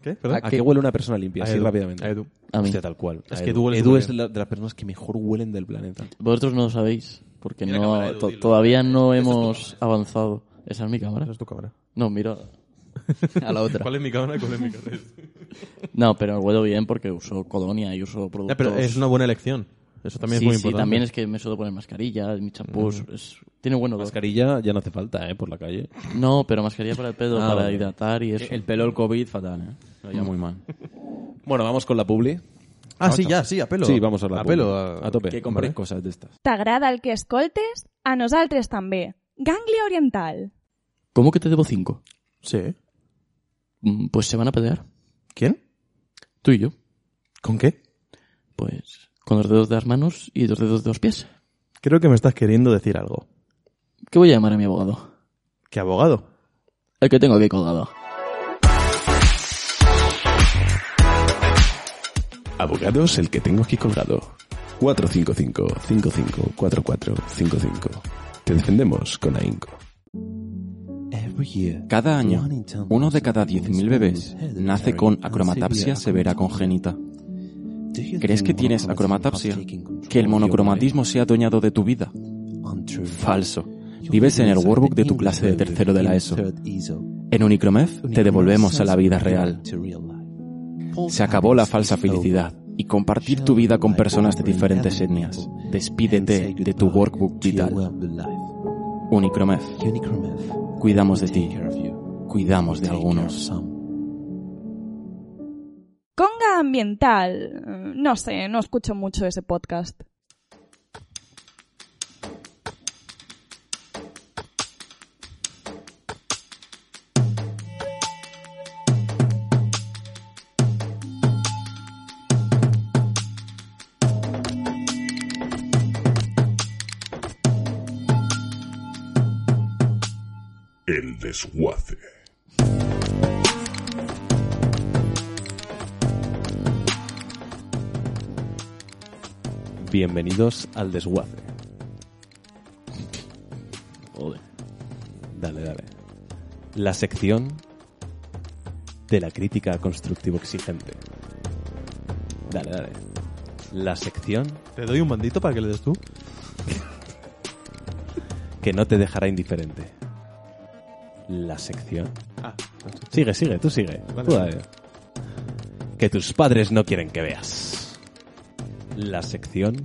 S8: ¿Qué? ¿Perdón?
S5: ¿A qué huele una persona limpia?
S8: A
S5: Así
S8: Edu.
S5: rápidamente.
S8: A Edu.
S10: A mí.
S5: Hostia, tal cual.
S8: Es
S5: A
S8: que
S5: Edu,
S8: tú hueles
S5: Edu
S8: muy
S5: es
S8: bien.
S5: la- de las personas que mejor huelen del planeta.
S10: Vosotros no lo sabéis, porque
S8: Mira
S10: no,
S8: cámara, Edu,
S10: to-
S8: dilo.
S10: todavía no hemos avanzado. Esa es mi cámara.
S8: Esa es tu cámara.
S10: No, mira.
S6: A la otra.
S8: ¿Cuál es mi cámara? ¿Cuál es mi cámara?
S10: No, pero huelo bien porque uso colonia y uso productos.
S8: Ya, pero es una buena elección. Eso también
S10: sí,
S8: es muy
S10: sí,
S8: importante.
S10: también es que me suelo poner mascarilla, mi champú es- es- tiene buen odor.
S5: Mascarilla ya no hace falta, ¿eh? Por la calle.
S10: No, pero mascarilla para el pedo,
S9: Ah,
S10: para
S9: vale.
S10: hidratar y eso.
S9: El pelo, el COVID, fatal, ¿eh? Lo lleva muy mal.
S5: Bueno, vamos con la publi.
S8: Ah, sí, ya, sí, a pelo.
S5: Sí, vamos a la
S8: A
S5: publi.
S8: pelo, a,
S5: A tope.
S9: Que compréis
S8: Vale.
S9: cosas de estas.
S4: T'agrada el que escoltes? A nosaltres també. Gànglia Oriental.
S10: ¿Cómo que te debo cinco?
S8: Sí.
S10: Mm, Pues se van a pelear,
S8: ¿Quién?
S10: tú y yo.
S8: ¿Con qué?
S10: Pues con los dedos de las manos y los dedos de los pies.
S8: Creo que me estás queriendo decir algo.
S10: ¿Qué voy a llamar a mi abogado?
S8: ¿Qué abogado?
S10: El que tengo aquí colgado.
S11: Abogados, el que tengo aquí colgado. 455-55-4455. Te defendemos con ahínco.
S9: Cada año, uno de cada 10.000 bebés nace con acromatapsia severa congénita. ¿Crees que tienes acromatapsia? ¿Que el monocromatismo se ha adueñado de tu vida? Falso. Vives en el workbook de tu clase de tercero de la ESO. En Unicromef te devolvemos a la vida real. Se acabó la falsa felicidad y compartir tu vida con personas de diferentes etnias. Despídete de tu workbook vital. Unicromef. Cuidamos de ti. Cuidamos de algunos.
S4: Conga ambiental. Mm, No sé, no escucho mucho ese podcast.
S11: El desguace.
S5: Bienvenidos al desguace.
S10: Joder.
S5: Dale, dale. La sección de la crítica constructivo exigente. Dale, dale. La sección
S8: ¿Te doy un bandito para que le des tú?
S5: que no te dejará indiferente. La sección.
S8: Ah,
S5: Sigue, sigue, tú sigue. Tú dale. Que tus padres no quieren que veas. La sección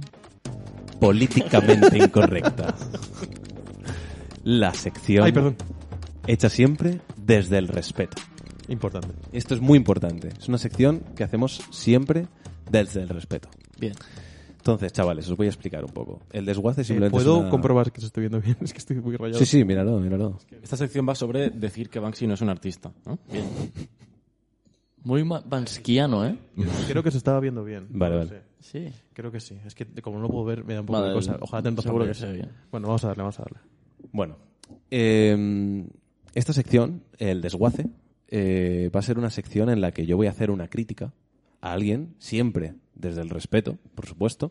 S8: (laughs)
S5: políticamente incorrecta. La sección
S8: Ay, perdón.
S5: hecha siempre desde el respeto.
S8: Importante.
S5: Esto es muy importante. Es una sección que hacemos siempre desde el respeto.
S10: Bien.
S5: Entonces, chavales, os voy a explicar un poco. El desguace
S8: Eh,
S5: simplemente es
S8: ¿Puedo
S5: una-
S8: comprobar que se estoy viendo bien? (laughs) Es que estoy muy rayado.
S5: Sí, sí, míralo, míralo.
S9: Esta sección va sobre decir que Banksy no es un artista. ¿no?
S10: (laughs) Muy ma- vansquiano, ¿eh?
S8: Creo que se estaba viendo bien.
S5: Vale,
S8: No
S5: vale.
S8: sé.
S10: Sí.
S8: Creo que sí. Es que como no puedo ver, me da un poco
S10: Vale,
S8: de cosa. Ojalá tenga
S10: seguro
S8: razón.
S10: que se ve bien.
S8: Bueno, vamos a darle, vamos a darle.
S5: Bueno, eh, esta sección, el desguace, eh, va a ser una sección en la que yo voy a hacer una crítica a alguien, siempre desde el respeto, por supuesto.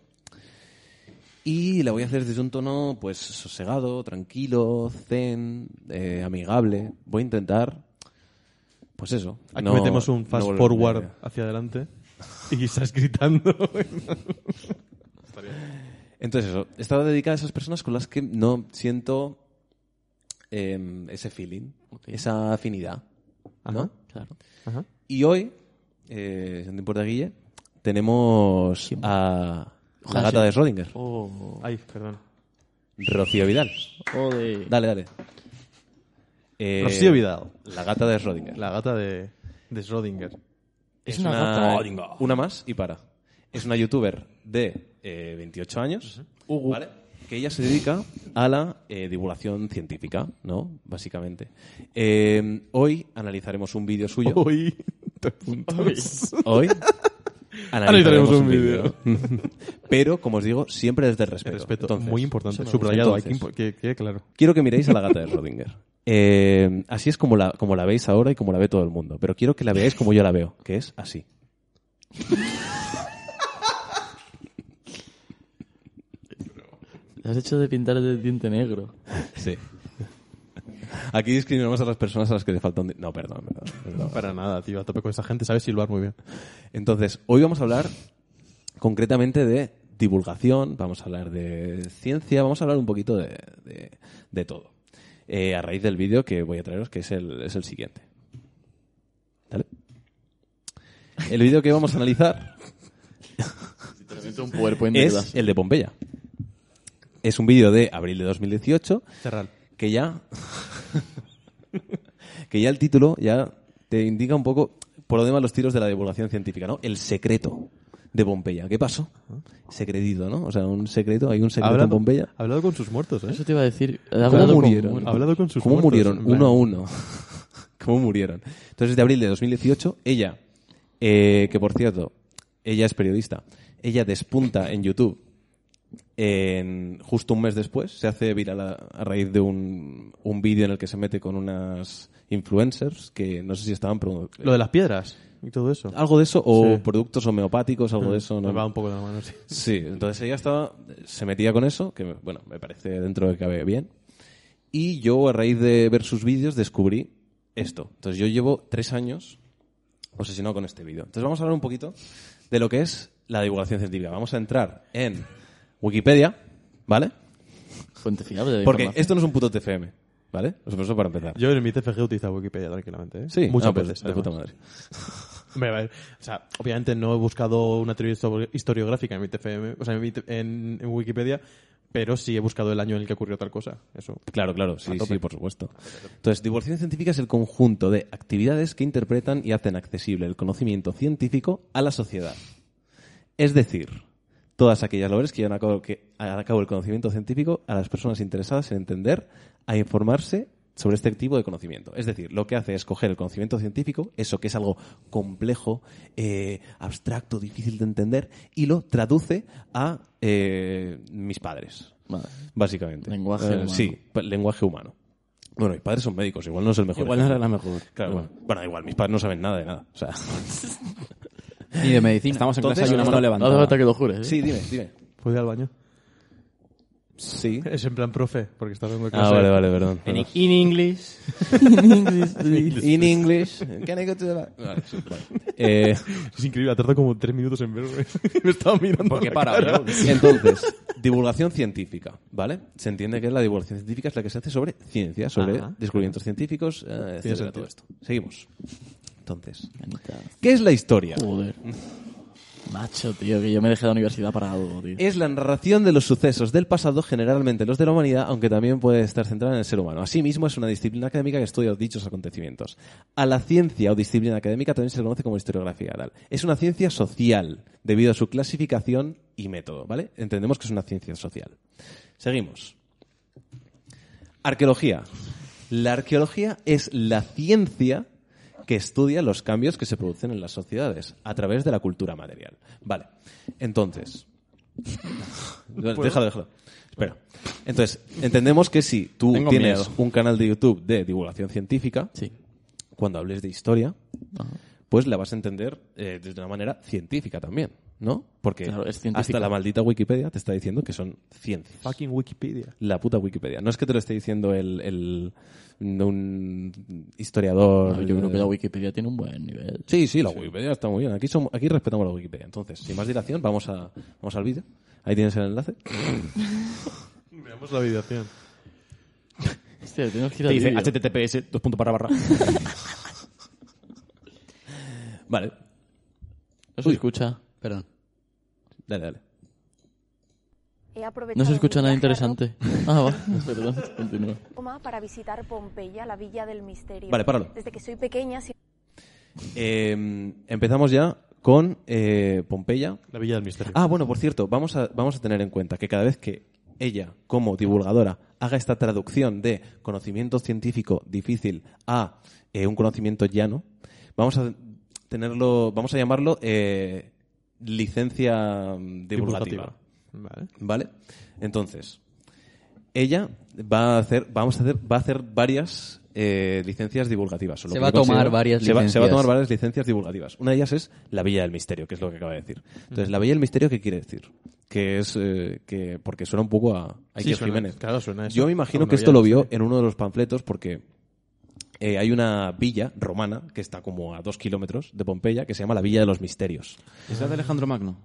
S5: Y la voy a hacer desde un tono, pues, sosegado, tranquilo, zen, eh, amigable. Voy a intentar Pues eso.
S8: Aquí
S5: no-
S8: metemos un
S5: no
S8: fast
S5: volvemos
S8: forward
S5: a-
S8: hacia adelante y estás
S5: (laughs)
S8: gritando. (laughs)
S5: Entonces eso, estaba dedicada a esas personas con las que no siento em, ese feeling, esa afinidad. ¿no?
S10: Claro.
S5: Y hoy, eh, si no te importa, Guille, tenemos a la gata de Schrödinger,
S8: Oh. Ay, perdón.
S5: Rocío Vidal. Dale, dale. Eh,
S8: Rocío Vidal.
S5: La gata de Schrödinger.
S8: La gata de, de Schrödinger.
S5: Es,
S8: una
S5: una,
S8: gata. Schrödinger.
S5: una más y para. Es una youtuber de eh, 28 años, ¿vale? que ella se dedica a la eh, divulgación científica, ¿no? Básicamente. Eh, hoy analizaremos un vídeo suyo. (laughs)
S8: Hoy
S5: te apuntas. Hoy
S8: (laughs) Hoy.
S5: analizaremos
S8: Analizaremos
S5: un
S8: un
S5: vídeo.
S8: (laughs)
S5: Pero, como os digo, siempre desde el respeto.
S8: El respeto,
S5: Entonces,
S8: muy importante,
S5: entonces,
S8: subrayado, hay que impo- que quede claro.
S5: Quiero que miréis a la
S8: (laughs)
S5: gata de Schrödinger. Eh, así es como la, como la veis ahora y como la ve todo el mundo. Pero quiero que la veáis como yo la veo, que es así.
S10: Te has hecho de pintar de diente negro.
S5: Sí. (laughs) Aquí discriminamos a las personas a las que le falta un... di- No, perdón, perdón, perdón.
S8: No, para nada, tío. A tope con esa gente, sabes silbar muy bien.
S5: Entonces, hoy vamos a hablar concretamente de divulgación, vamos a hablar de ciencia, vamos a hablar un poquito de, de- de todo. Eh, a raíz del vídeo que voy a traeros, que es el, es el siguiente. ¿Dale? El vídeo que vamos a analizar
S10: un PowerPoint de
S5: es el de Pompeya. Es un vídeo de abril de 2018
S8: Cerral.
S5: que ya que ya el título ya te indica un poco por lo demás los tiros de la divulgación científica, ¿no? El secreto de Pompeya. ¿Qué pasó? Secretito, ¿no? O sea, un secreto, hay un secreto en Pompeya.
S8: ha hablado con sus muertos, ¿eh?
S10: Eso te iba a decir. Ha
S5: ¿Cómo
S10: hablado con-
S5: murieron?
S8: Ha hablado con sus
S5: ¿Cómo
S8: muertos,
S5: murieron?
S8: en plan.
S5: Uno a uno. (laughs) ¿Cómo murieron? Entonces, de abril de 2018, ella, eh, que por cierto, ella es periodista, ella despunta en YouTube en- justo un mes después, se hace viral a, a raíz de un, un vídeo en el que se mete con unas influencers que no sé si estaban... promo-
S8: Lo de las piedras y todo eso.
S5: Algo de eso, o
S8: Sí.
S5: productos homeopáticos, algo de Ah, eso.
S8: Me
S5: ¿no?
S8: va un poco de la mano, sí.
S5: Sí, entonces ella estaba, se metía con eso, que bueno, me parece dentro de que cabe bien. Y yo a raíz de ver sus vídeos descubrí esto. Entonces yo llevo tres años obsesionado con este vídeo. Entonces vamos a hablar un poquito de lo que es la divulgación científica. Vamos a entrar en Wikipedia, ¿vale?
S10: Fuente fiable de
S5: Porque
S10: información.
S5: esto no es un puto TFM, ¿vale? Eso eso para empezar.
S8: Yo en mi TFG utilizaba Wikipedia tranquilamente, ¿eh?
S5: Sí,
S8: muchas
S5: ah, pues,
S8: veces.
S5: De puta
S8: además.
S5: madre.
S8: Hombre, a ver, o sea, obviamente no he buscado una teoría histo- historiográfica en mi TFM, o sea, en, mi t- en- en Wikipedia, pero sí he buscado el año en el que ocurrió tal cosa. Eso.
S5: Claro, claro, sí,
S8: A tope.
S5: sí, por supuesto. Entonces, divulgación científica es el conjunto de actividades que interpretan y hacen accesible el conocimiento científico a la sociedad. Es decir, todas aquellas labores que llevan a cabo, que, a cabo el conocimiento científico a las personas interesadas en entender, a informarse sobre este tipo de conocimiento. Es decir, lo que hace es coger el conocimiento científico, eso que es algo complejo, eh, abstracto, difícil de entender, y lo traduce a eh, mis padres,
S10: Vale.
S5: básicamente.
S10: Lenguaje
S5: Eh,
S10: humano.
S5: Sí, pa- lenguaje humano. Bueno, mis padres son médicos, igual no es el mejor.
S9: Igual no
S5: ejemplo.
S9: era la mejor.
S5: Claro, bueno. Bueno, igual, mis padres no saben nada de nada.
S9: (laughs)
S5: O sea,
S6: Ni de medicina.
S9: Estamos en
S5: Entonces,
S9: clase y una mano
S10: No hace
S9: levantada.
S10: falta que lo jures. ¿eh?
S5: sí, dime, dime.
S8: ¿Puedo ir al baño? (laughs)
S5: Sí.
S8: Es en plan profe, porque está hablando de
S5: Ah, vale, vale, perdón.
S10: In, in (laughs) English.
S5: In English.
S10: (laughs)
S5: Can I go to the ba- Vale, sí, vale.
S9: (laughs)
S5: Eh,
S8: Es increíble, ha tardado como tres minutos en verme. (laughs) Me estaba mirando.
S5: porque
S8: la
S5: para,
S8: cara.
S5: ¿no? Entonces, divulgación científica, ¿vale? Se entiende que la divulgación científica es la que se hace sobre ciencia, sobre
S8: Ajá.
S5: descubrimientos científicos, eh, etcétera,
S8: sentido.
S5: todo esto. Seguimos. Entonces,
S10: Anita,
S5: ¿qué es la historia?
S10: Joder. Macho, tío, que yo me dejé de la universidad para algo, tío.
S5: Es la narración de los sucesos del pasado, generalmente los de la humanidad, aunque también puede estar centrada en el ser humano. Asimismo, es una disciplina académica que estudia dichos acontecimientos. A la ciencia o disciplina académica también se le conoce como historiografía oral. Es una ciencia social, debido a su clasificación y método, ¿vale? Entendemos que es una ciencia social. Seguimos. Arqueología. La arqueología es la ciencia que estudia los cambios que se producen en las sociedades a través de la cultura material. Vale.
S10: (laughs)
S5: Entonces. déjalo, déjalo. Espera. Entonces, entendemos que si tú
S9: Tengo
S5: tienes
S9: miedo.
S5: un canal de YouTube de divulgación científica,
S10: Sí.
S5: cuando hables de historia,
S10: Ajá.
S5: pues la vas a entender eh, de una manera científica también. ¿No? Porque
S10: Claro, es científico.
S5: hasta la maldita Wikipedia te está diciendo que son ciencias.
S8: Fucking Wikipedia.
S5: La puta Wikipedia. No es que te lo esté diciendo el, el- un historiador.
S10: No, yo creo que la Wikipedia tiene un buen nivel.
S5: Eh, Sí, sí, la Wikipedia está muy bien. Aquí, somos, aquí respetamos la Wikipedia. Entonces, sin más dilación, vamos, a, vamos al vídeo. Ahí tienes el enlace.
S8: Veamos la videación.
S10: Hostia, tenemos que ir
S9: Te
S10: al
S9: dice
S10: vídeo.
S9: https, dos puntos barra barra.
S5: (laughs) Vale,
S10: No se escucha.
S6: Perdón.
S5: dale, dale.
S10: No se escucha nada interesante. (laughs) Ah, va. Perdón, continúa.
S3: Para visitar Pompeya, la villa del misterio.
S5: Vale, páralo.
S3: Desde que soy pequeña, si-
S5: Eh, empezamos ya con eh, Pompeya.
S8: La Villa del Misterio.
S5: Ah, bueno, por cierto, vamos a, vamos a tener en cuenta que cada vez que ella, como divulgadora, haga esta traducción de conocimiento científico difícil a eh, un conocimiento llano, vamos a tenerlo, vamos a llamarlo eh, licencia mm, divulgativa.
S8: Vale.
S5: ¿Vale? Entonces, ella va a hacer, vamos a hacer, va a hacer varias eh, licencias divulgativas. o lo
S6: Se
S5: que
S6: va
S5: yo
S6: a tomar
S5: considero-
S6: varias
S5: se va, se va a
S6: licencias.
S5: tomar varias licencias divulgativas. Una de ellas es la Villa del Misterio, que es lo que acaba de decir. Entonces, la Villa del Misterio, ¿qué quiere decir? Que es, eh, que, porque suena un poco a, a
S8: Sí,
S5: Iker
S8: suena-
S5: Jiménez.
S8: claro, suena eso.
S5: Yo me
S8: A
S5: imagino
S8: una
S5: que
S8: Villa
S5: esto lo
S8: del
S5: vio
S8: Misterio.
S5: en uno de los panfletos porque eh, hay una villa romana que está como a dos kilómetros de Pompeya que se llama la Villa de los Misterios.
S9: ¿Es la de Alejandro Magno?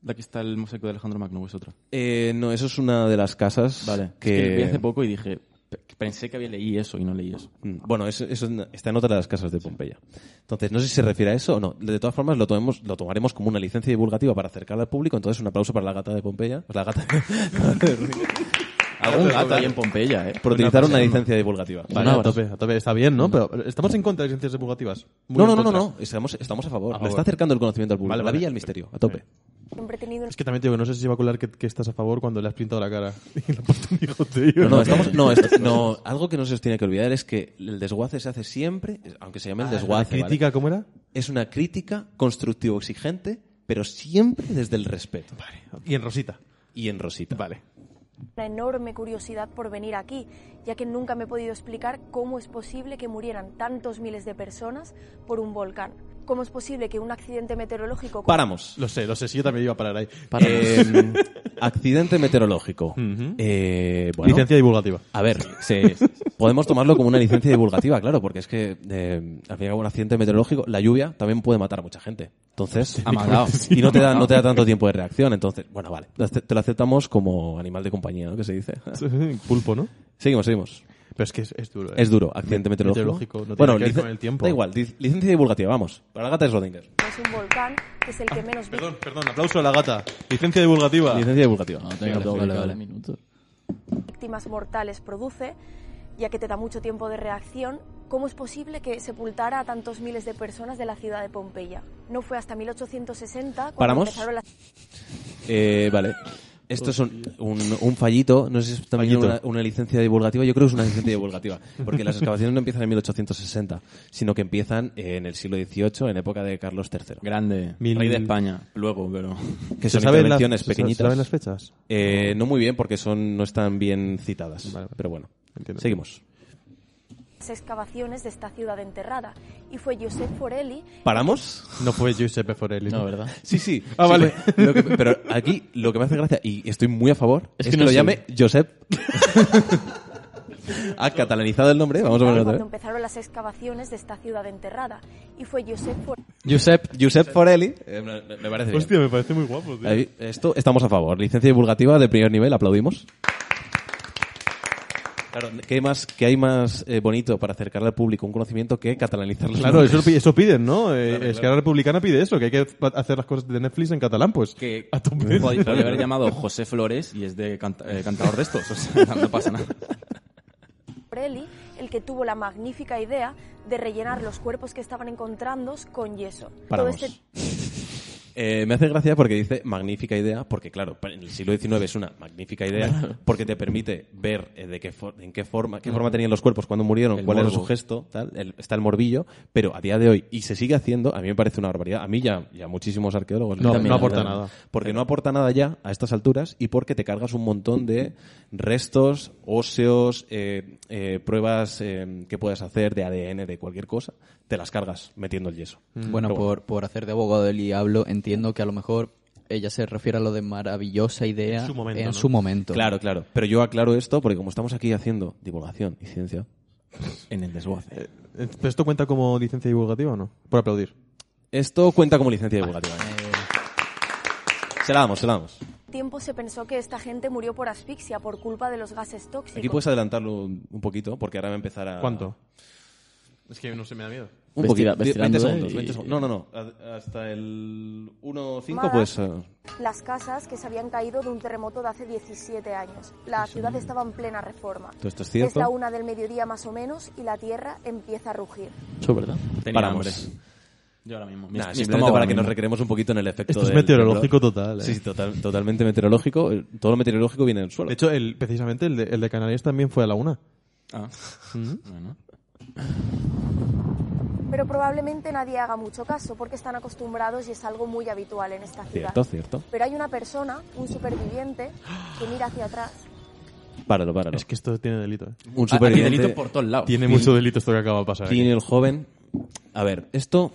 S9: La que está el mosaico de Alejandro Magno, o es otra.
S5: Eh, no, eso es una de las casas
S9: Vale.
S5: que...
S9: Es que vi hace poco y dije, pe- pensé que había leído eso y no leí eso.
S5: Mm, Bueno, eso, eso está en otra de las casas de Pompeya. Entonces, no sé si se refiere a eso o no. De todas formas, lo, tomemos, lo tomaremos como una licencia divulgativa para acercarla al público. Entonces, un aplauso para la gata de (laughs) Pompeya. Pues La gata.
S10: Ah,
S9: Algún gato ahí en Pompeya, ¿eh?
S5: por utilizar una licencia divulgativa.
S8: Vale,
S10: Una
S8: a tope, a tope. Está bien, ¿no? Pero estamos en contra de licencias divulgativas. Muy
S5: No,
S8: en
S5: no, no, no,
S8: contra.
S5: no. Estamos, estamos a favor.
S8: A
S5: Le
S8: favor.
S5: está acercando el conocimiento al público.
S8: Vale,
S5: la
S8: vale.
S5: vía del misterio, a tope.
S3: siempre he tenido
S8: Es que también te digo que no sé si se va a colar que, que estás a favor cuando le has pintado la cara. (laughs) Y le has puesto un bigote, tío.
S5: No, no,
S8: (laughs)
S5: estamos, no, esto- no, algo que no se os tiene que olvidar es que el desguace se hace siempre, aunque se llame el desguace. ¿vale?
S8: Ah, ¿Crítica cómo era?
S5: Es una crítica constructivo exigente, pero siempre desde el respeto.
S8: Y en rosita.
S5: Y en Rosita. Vale.
S3: una enorme curiosidad por venir aquí, ya que nunca me he podido explicar cómo es posible que murieran tantos miles de personas por un volcán. ¿Cómo es posible que un accidente meteorológico... como-
S5: Paramos.
S8: Lo sé, lo sé. Si yo también iba a parar ahí.
S5: Eh, accidente meteorológico.
S8: (laughs) Ujú.
S5: Eh, bueno,
S8: Licencia divulgativa. (laughs)
S5: A ver, se- podemos tomarlo como una licencia divulgativa, claro, porque es que eh, al fin y al cabo, un accidente meteorológico, la lluvia también puede matar a mucha gente. Entonces,
S9: Amagao.
S5: (laughs) y no te, da, no te da tanto tiempo de reacción. Entonces, bueno, vale, lo ace- te lo aceptamos como animal de compañía, ¿no? Que se dice.
S8: Pulpo, ¿no?
S5: Seguimos, seguimos.
S8: Pero es que es, es duro. ¿eh?
S5: Es duro, accidente meteorológico.
S8: Meteorológico, no tiene que ver
S5: lic-
S8: con el tiempo.
S5: Da igual, dic- licencia divulgativa, vamos. Para Gata Schrödinger.
S3: Es un volcán que es el que menos...
S8: Perdón, perdón. Aplauso a la gata. Licencia divulgativa.
S5: Licencia divulgativa.
S10: No, tengo todo
S6: vale,
S10: cada
S6: vale.
S10: minuto.
S3: víctimas mortales produce, ya que te da mucho tiempo de reacción, ¿cómo es posible que sepultara a tantos miles de personas de la ciudad de Pompeya? No fue hasta 1860 cuando
S5: ¿Paramos?
S3: empezaron las
S5: Eh, vale. Esto es un, un- un fallito, no sé si es también
S8: Fallito.
S5: una, una licencia divulgativa, yo creo que es una licencia divulgativa, porque las excavaciones no empiezan en 1860, sino que empiezan eh, en el siglo XVIII, en época de Carlos III.
S9: Grande.
S8: Mil-
S9: Rey de España. Luego, pero...
S5: Que
S8: ¿Se
S5: son
S8: saben las-
S5: intervenciones
S8: se-
S5: pequeñitas.
S8: ¿Se saben las fechas?
S5: Eh, no muy bien, porque son no están bien citadas,
S8: Vale, vale.
S5: pero bueno.
S8: Entiendo.
S5: Seguimos.
S3: excavaciones de esta ciudad enterrada y fue Josep Forelli
S5: ¿Paramos?
S8: No fue Giuseppe Forelli.
S10: No, ¿verdad?
S5: Sí, sí.
S8: Ah,
S5: Sí,
S8: vale.
S5: fue- lo que- pero aquí lo que me hace gracia, y estoy muy a favor,
S10: Es
S5: es, que,
S10: que no
S5: lo
S10: sé.
S5: llame Josep. (laughs) ha catalanizado el nombre, vamos a verlo otra
S3: cuando
S5: vez.
S3: empezaron las excavaciones de esta ciudad enterrada y fue Josep Forelli
S6: Josep,
S5: Josep Forelli. Eh, me, me parece bien.
S8: Hostia, me parece muy guapo, tío.
S5: Ahí, Esto estamos a favor. Licencia divulgativa de primer nivel, aplaudimos. Claro, ¿qué hay más, qué hay más eh, bonito para acercarle al público un conocimiento que catalanizar los
S8: Claro,
S5: nombres?
S8: eso, pi- eso piden, ¿no? Eh, Es que la republicana pide eso, que hay que fa- hacer las cosas de Netflix en catalán, pues.
S9: Que
S8: a (laughs) tope.
S9: podría podría haber llamado José Flores y es de canta- eh, cantador de estos. O sea, (laughs) no pasa nada.
S3: Forelli el que tuvo la magnífica idea de rellenar los cuerpos que estaban encontrando con yeso. Todo
S5: Paramos.
S3: este
S5: Eh, me hace gracia porque dice magnífica idea, porque claro, pa- en el siglo XIX es una magnífica idea, porque te permite ver eh, de qué for- en qué forma, qué forma tenían los cuerpos cuando murieron,
S9: El
S5: cuál era
S9: morbo.
S5: su gesto, tal, el- está el morbillo, pero a día de hoy, y se sigue haciendo, a mí me parece una barbaridad, a mí ya, ya muchísimos arqueólogos.
S8: No,
S5: les-
S8: no aporta
S5: les-
S8: nada.
S5: Porque no aporta nada ya a estas alturas y porque te cargas un montón de restos, óseos, eh, eh, pruebas eh, que puedas hacer de ADN, de cualquier cosa, te las cargas metiendo el yeso.
S9: Mm.
S6: Bueno,
S5: Pero
S6: por, por hacer de abogado del diablo, entiendo que a lo mejor ella se refiere a lo de maravillosa idea en su momento.
S5: Claro, claro. Pero yo aclaro esto porque como estamos aquí haciendo divulgación y ciencia en el desguace.
S8: Eh, ¿Pero esto cuenta como licencia divulgativa o no? Por aplaudir.
S5: Esto cuenta como licencia divulgativa. ¿eh? Se la damos, se la damos.
S3: Tiempo se pensó que esta gente murió por asfixia por culpa de los gases tóxicos.
S5: Aquí puedes adelantarlo un, un poquito porque ahora va a empezar a...
S8: ¿Cuánto? Es que no se me da miedo.
S5: Un poquito,
S8: Vestirá-
S5: 20
S8: vestirando,
S5: segundos,
S8: ¿eh?
S5: 20
S8: Y-
S5: segundos. No, no, no. A- Hasta el 1.5
S3: Madas,
S5: pues... eh,
S3: Las casas que se habían caído de un terremoto de hace 17 años. La ciudad estaba en plena reforma.
S5: Pues Todo esto es cierto.
S3: la una del mediodía más o menos y la tierra empieza a rugir.
S10: Eso es verdad.
S9: Tenía
S5: Paramos.
S9: hambre. Yo ahora mismo. Mi-
S5: Nah,
S9: mi
S5: Ah, simplemente
S9: estómago
S5: para
S9: ahora
S5: que nos
S9: mismo.
S5: recreemos un poquito en el efecto
S8: Esto es
S5: del-
S8: meteorológico
S5: del-
S8: total, ¿eh?
S5: Sí, sí, total- totalmente meteorológico. Eh, Todo lo meteorológico viene del suelo.
S8: De hecho, el, precisamente el de, el de Canarias también fue a la una.
S9: Ah. Bueno.
S3: Pero probablemente nadie haga mucho caso porque están acostumbrados y es algo muy habitual en esta ciudad.
S5: Cierto, cierto.
S3: Pero hay una persona, un superviviente, que mira hacia atrás.
S5: Páralo, páralo.
S8: Es que esto tiene delito, ¿eh?
S5: Un superviviente-
S8: Tiene
S5: Tiene-
S8: mucho delito esto que acaba de pasar.
S5: Tiene
S8: aquí.
S5: el joven... A ver, esto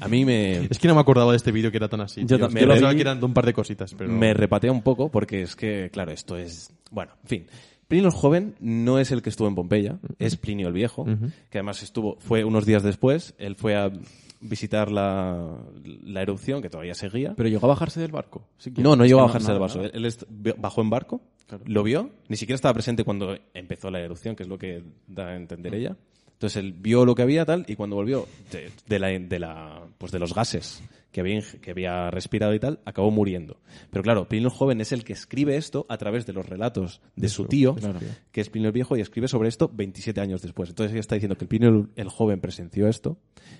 S5: a mí
S9: (laughs)
S5: me...
S8: Es que no me acordaba de este vídeo que era tan así.
S5: Yo
S8: tío.
S5: también.
S8: Yo
S5: Lo
S8: pensaba
S5: vi-
S8: que eran de un par de cositas, pero...
S5: Me repatea un poco porque es que, claro, esto es... Bueno, en fin. Plinio el joven no es el que estuvo en Pompeya, es Plinio el viejo,
S8: Ujú.
S5: que además estuvo, fue unos días después, él fue a visitar la, la erupción que todavía seguía.
S9: Pero llegó a bajarse del barco. Sí que-
S5: No, no
S9: es
S5: llegó a
S9: que
S5: bajarse
S9: nada,
S5: del barco.
S9: nada.
S5: Él est- bajó en barco, lo vio, ni siquiera estaba presente cuando empezó la erupción, que es lo que da a entender ella. Entonces él vio lo que había tal y cuando volvió de, de la, de la- pues de los gases que había, ing- que había respirado y tal, acabó muriendo. Pero claro, Plinio el joven es el que escribe esto a través de los relatos de su tío,
S9: Claro.
S5: que es Plinio el viejo, y escribe sobre esto 27 años después. Entonces ella está diciendo que el Plinio el, el joven presenció esto,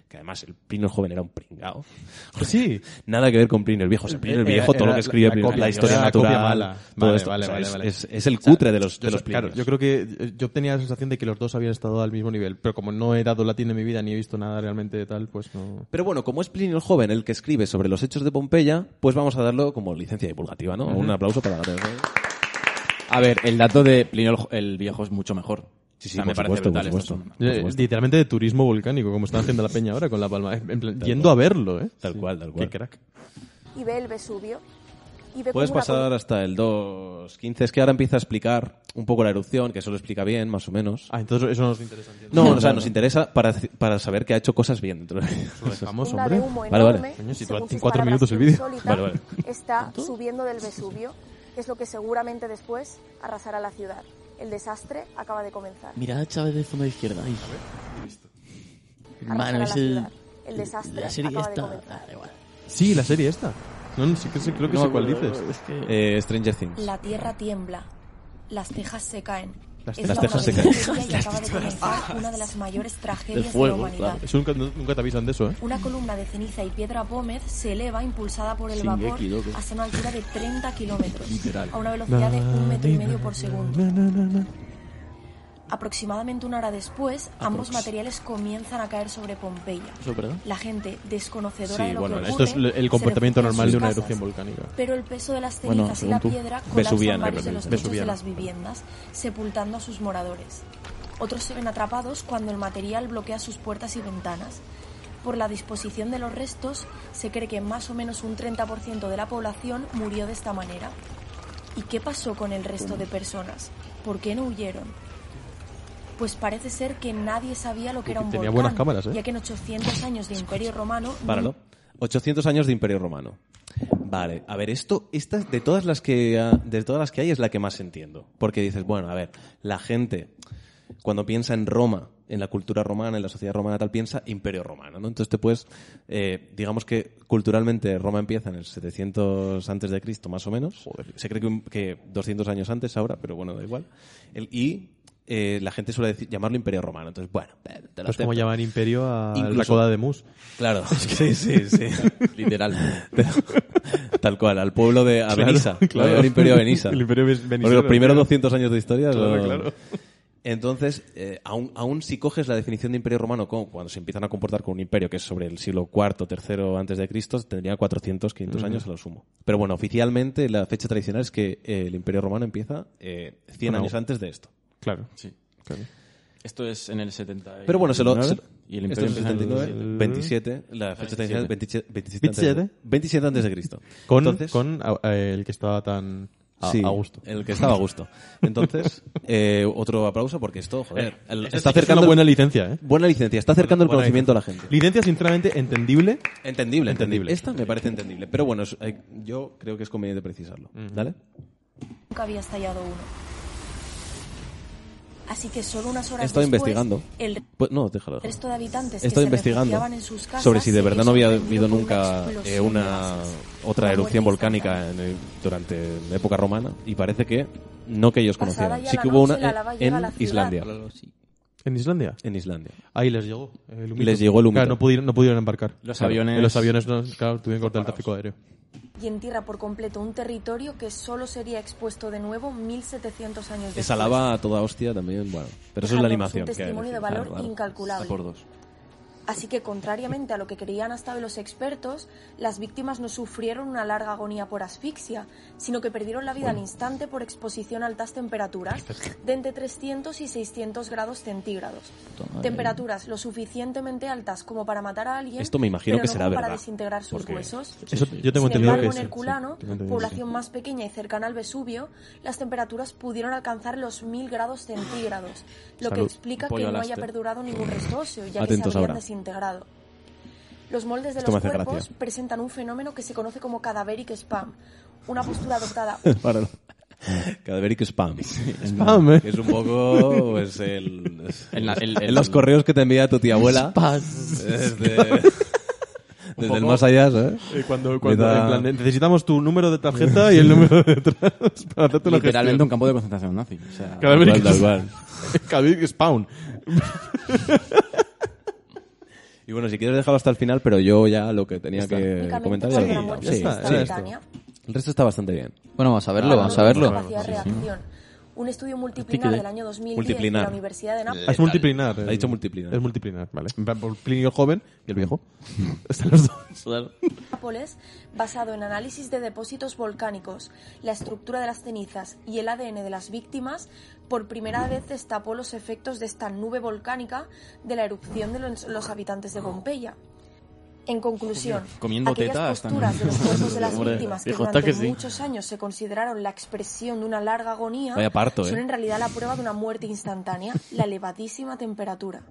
S5: que además el Plinio el joven era un pringao.
S8: (laughs) Sí.
S5: Nada que ver con Plinio el viejo. O sea, Plinio el viejo, todo lo que escribe Plinio, la, historia natural, todo
S8: Vale,
S5: esto,
S8: vale,
S5: o sea,
S8: vale,
S5: es,
S8: vale.
S5: es- es el
S8: O sea,
S5: cutre de los,
S8: yo,
S5: de los
S8: sé- claro,
S5: Plinios.
S8: yo creo que eh, yo tenía la sensación de que los dos habían estado al mismo nivel, pero como no he dado latín en mi vida ni he visto nada realmente de tal, pues no.
S5: Pero bueno, como es Plinio el joven el que escribe sobre los hechos de Pompeya, pues vamos a darlo como licencia divulgativa, ¿no?
S9: Ujú.
S5: Un aplauso para Gato de Rey.
S9: A ver, el dato de Plinio el jo- el viejo es mucho mejor.
S5: Sí,
S9: O sea, me parece brutal. esto es un-
S8: Eh, Literalmente de turismo volcánico, como están haciendo la peña ahora con la palma. En plan, yendo a verlo, ¿eh?
S5: Tal cual, tal cual.
S8: Qué crack.
S3: y ve el Vesubio. Y ve
S5: Puedes
S3: como una
S5: pasar hasta el 2.15, es que ahora empieza a explicar un poco la erupción, que eso lo explica bien, más o menos.
S8: Ah, entonces eso nos interesa. entiendo.
S5: No, o sea, nos interesa para, para saber que ha hecho cosas bien. Lo
S8: dejamos,
S3: columna de humo
S5: Vale,
S3: enorme,
S5: vale.
S8: Coño, si
S3: según
S8: dura
S3: sus
S8: cuatro
S3: palabras
S8: minutos el vídeo.
S3: insólita,
S5: Vale, vale.
S3: está subiendo del Vesubio, que es lo que seguramente después arrasará la ciudad. El desastre acaba de comenzar.
S10: Mirad a Chávez de fondo izquierda. Ay.
S3: Arrasará
S10: Hermano, es
S3: la
S10: el.
S3: ciudad. El desastre
S10: La serie
S3: acaba de
S10: esta.
S3: comenzar.
S10: Ah, da igual.
S8: Sí, la serie esta. No, no, sí que sé- creo que
S10: No,
S8: sé cuál
S10: pero
S8: dices.
S10: es que-
S5: Eh, Stranger Things.
S3: La tierra tiembla. Las tejas se caen.
S8: Las
S3: Es
S8: tejas-
S3: la
S5: las tejas se
S3: maravilla
S10: caen.
S3: Y acaba de comenzar una de las mayores tragedias
S10: fuego,
S3: de la humanidad.
S8: Eso nunca, nunca te avisan de eso, ¿eh?
S3: Una columna de ceniza y piedra pómez se eleva impulsada por el
S10: Shingeki,
S3: vapor
S10: loco.
S3: hasta una altura de 30 kilómetros,
S10: Literal.
S3: a una velocidad de un metro y medio por segundo. Aproximadamente una hora después, ambos materiales comienzan a caer sobre Pompeya.
S10: Eso es verdad.
S3: La gente, desconocedora
S5: Sí,
S3: de lo
S5: bueno,
S3: que
S8: Esto
S3: ocurre,
S8: es l- el
S3: se
S8: comportamiento
S3: refugia en
S8: normal
S3: sus
S8: de una
S3: casas.
S8: erupción volcánica.
S3: Pero el peso de las
S10: Bueno,
S3: cenizas y
S10: según
S3: la
S10: tú.
S3: piedra colapsan
S5: Vesuviano,
S3: varios de los
S8: Vesuviano.
S3: techos de las viviendas, sepultando a sus moradores. Otros se ven atrapados cuando el material bloquea sus puertas y ventanas. Por la disposición de los restos, se cree que más o menos un 30% de la población murió de esta manera. ¿Y qué pasó con el resto de personas? ¿Por qué no huyeron? Pues parece ser que nadie sabía lo que era un
S8: Tenía
S3: volcán,
S8: buenas cámaras, ¿eh?
S3: ya que en 800 años de Imperio Romano
S5: Páralo. 800 años de Imperio Romano. Vale, a ver, esto, esta de todas las que ah, de todas las que hay es la que más entiendo, porque dices, bueno, a ver, la gente cuando piensa en Roma, en la cultura romana, en la sociedad romana tal, piensa Imperio Romano, ¿no? Entonces te puedes, eh, digamos que culturalmente Roma empieza en el 700 antes de Cristo, más o menos. Se cree que, un- que 200 años antes ahora, pero bueno, da igual. El- y eh, la gente suele decir- llamarlo Imperio Romano. Entonces, bueno, te lo
S8: Pues
S5: acepto.
S8: como llaman imperio a la
S5: Incluso-
S8: coda de mus. (laughs)
S5: Claro, sí, sí, (laughs) sí.
S9: Literal.
S5: Pero- tal cual, al pueblo de a
S8: Claro,
S5: Benissa,
S8: claro.
S5: ¿no? el imperio de Benissa.
S8: (laughs) El imperio ven- venizano,
S5: Porque los primeros
S8: claro.
S5: 200 años de historia.
S8: Claro,
S5: lo-
S8: claro.
S5: Entonces, eh, aún, aún si coges la definición de imperio romano como cuando se empiezan a comportar con un imperio que es sobre el siglo IV, III antes de Cristo, tendría 400, 500 años a lo sumo. Pero bueno, oficialmente la fecha tradicional es que eh, el imperio romano empieza eh, 100
S8: Bueno.
S5: años antes de esto.
S8: Claro.
S9: Sí. Esto es en el 70. y-
S5: Pero bueno, se lo, se,
S9: ¿no? Y el imperio
S5: Esto es
S9: empieza en el
S5: 79, 27, la fecha está iniciada 27, 27, antes,
S8: 27.
S5: de- 27 antes de Cristo.
S8: Con,
S5: Entonces-
S8: con ah, eh, el que estaba tan a,
S5: Sí,
S8: a gusto.
S5: El que estaba a gusto.
S8: (laughs)
S5: Entonces, eh, otro aplauso porque esto, joder,
S8: Eh,
S5: el-
S8: es- es una
S5: el-
S8: buena licencia, ¿eh?
S5: Buena licencia, está acercando el
S8: Buena
S5: conocimiento
S8: licencia.
S5: a la gente.
S8: Licencia, sinceramente, entendible.
S5: Entendible, entendible. Esta me parece entendible, pero bueno, es- hay- yo creo que es conveniente precisarlo. ¿Vale?
S3: Nunca había estallado uno. Así que solo unas horas
S5: He estado
S3: después,
S5: investigando.
S3: el
S5: Pues, no, déjalo.
S3: El resto de habitantes
S5: He estado
S3: que se
S5: investigando
S3: refugiaban en sus casas
S5: sobre si de
S3: se
S5: verdad
S3: vio
S5: no había
S3: sorprendido
S5: habido
S3: por una
S5: nunca
S3: explosión
S5: eh, una otra erupción volcánica en el- durante la época romana y parece que no que ellos
S3: Pasada
S5: conocieran.
S3: ya
S5: Sí
S3: la
S5: que hubo
S3: noche,
S5: una
S3: la lava
S5: eh,
S3: llega a
S5: en
S3: la ciudad.
S5: Islandia.
S8: ¿En Islandia?
S5: En Islandia.
S8: Ahí les llegó eh, el humito.
S5: Les llegó el humito.
S8: Claro, no pudieron, no pudieron embarcar.
S9: Los
S8: Claro,
S9: aviones-
S8: Los aviones, no, claro, tuvieron que cortar el tráfico aéreo.
S3: y entierra por completo un territorio que solo sería expuesto de nuevo 1700 años después.
S5: Esa lava a toda hostia también, bueno. Pero eso es la
S3: Dejándonos
S5: animación.
S3: un
S5: que hay
S3: testimonio de
S5: encima.
S3: valor
S5: Claro, claro.
S3: incalculable.
S5: Está por dos.
S3: Así que, contrariamente a lo que creían hasta hoy los expertos, las víctimas no sufrieron una larga agonía por asfixia, sino que perdieron la vida al instante por exposición a altas temperaturas de entre 300 y 600 grados centígrados.
S5: madre.
S3: Temperaturas lo suficientemente altas como para matar a alguien,
S5: Esto me imagino
S3: pero
S5: que
S3: no
S5: será
S3: como para
S5: verdad,
S3: desintegrar sus
S5: porque- (laughs)
S3: huesos.
S8: Eso yo tengo
S3: Sin
S8: entendido
S3: embargo,
S8: que
S3: en
S8: sí,
S3: Herculano,
S8: sí, tengo entendido que sí.
S3: población más pequeña y cercana al Vesubio, las temperaturas pudieron alcanzar los 1000 grados centígrados, lo que
S5: Salud.
S3: explica
S5: Un pollo
S3: que no
S5: al
S3: haya
S5: aster.
S3: perdurado ningún resto óseo, ya que se
S5: Atentos
S3: habían
S5: ahora.
S3: desintegrado. Los moldes de
S5: Esto me
S3: los
S5: hace
S3: cuerpos
S5: gracia.
S3: presentan un fenómeno que se conoce como cadaveric spam, una postura adoptada
S5: Perdón. Cadaveric spam. (laughs)
S8: Spam, ¿eh?
S5: Que Es un poco pues, el,
S9: El na- el-
S5: en los
S9: el-
S5: correos que te envía tu tía abuela.
S9: Spam.
S5: Este,
S3: (laughs)
S5: Desde,
S9: Claro.
S5: desde el
S8: poco.
S5: más allá, ¿sabes?
S8: Eh, cuando, cuando,
S5: Vida-
S8: en plan, de, necesitamos tu número de tarjeta y el número de atrás (laughs) para hacerte la
S9: Literalmente
S8: gestión.
S9: un campo de concentración nazi. O sea,
S8: Cada vez
S5: Tal
S8: que-
S5: cual.
S8: (laughs) Cada vez que spawn.
S5: Y bueno, si quieres dejarlo hasta el final, pero yo ya lo que tenía
S8: está.
S5: que
S3: Únicamente
S5: comentar
S3: por
S5: era
S3: la
S5: lo-
S3: muerte
S5: sí,
S3: instantánea.
S5: sí. El resto está bastante bien.
S6: Bueno, vamos a
S9: Ah,
S6: verlo,
S3: Hablando
S6: vamos
S3: de
S6: a verlo.
S3: capacidad de reacción. Un estudio multiplinar
S5: Multiplinar.
S3: del año 2010 de
S5: Multiplinar.
S3: la Universidad de Nápoles.
S8: Es multiplinar. eh.
S5: Ha dicho multiplinar.
S8: Es multiplinar, vale. En plan, por Plinio el joven y el viejo. (laughs) Están los dos.
S3: Nápoles, basado en análisis de depósitos volcánicos, la estructura de las cenizas y el ADN de las víctimas, por primera vez destapó los efectos de esta nube volcánica de la erupción de los, los habitantes de Pompeya. En conclusión,
S9: Comiendo
S3: aquellas
S9: teta hasta-
S3: posturas
S5: (laughs)
S3: de los cuerpos de las
S9: Hombre,
S3: víctimas que
S9: dijo
S3: durante
S9: hasta que sí.
S3: muchos años se consideraron la expresión de una larga agonía
S9: Vaya parto, ¿eh?
S3: son en realidad la prueba de una muerte instantánea, la elevadísima temperatura.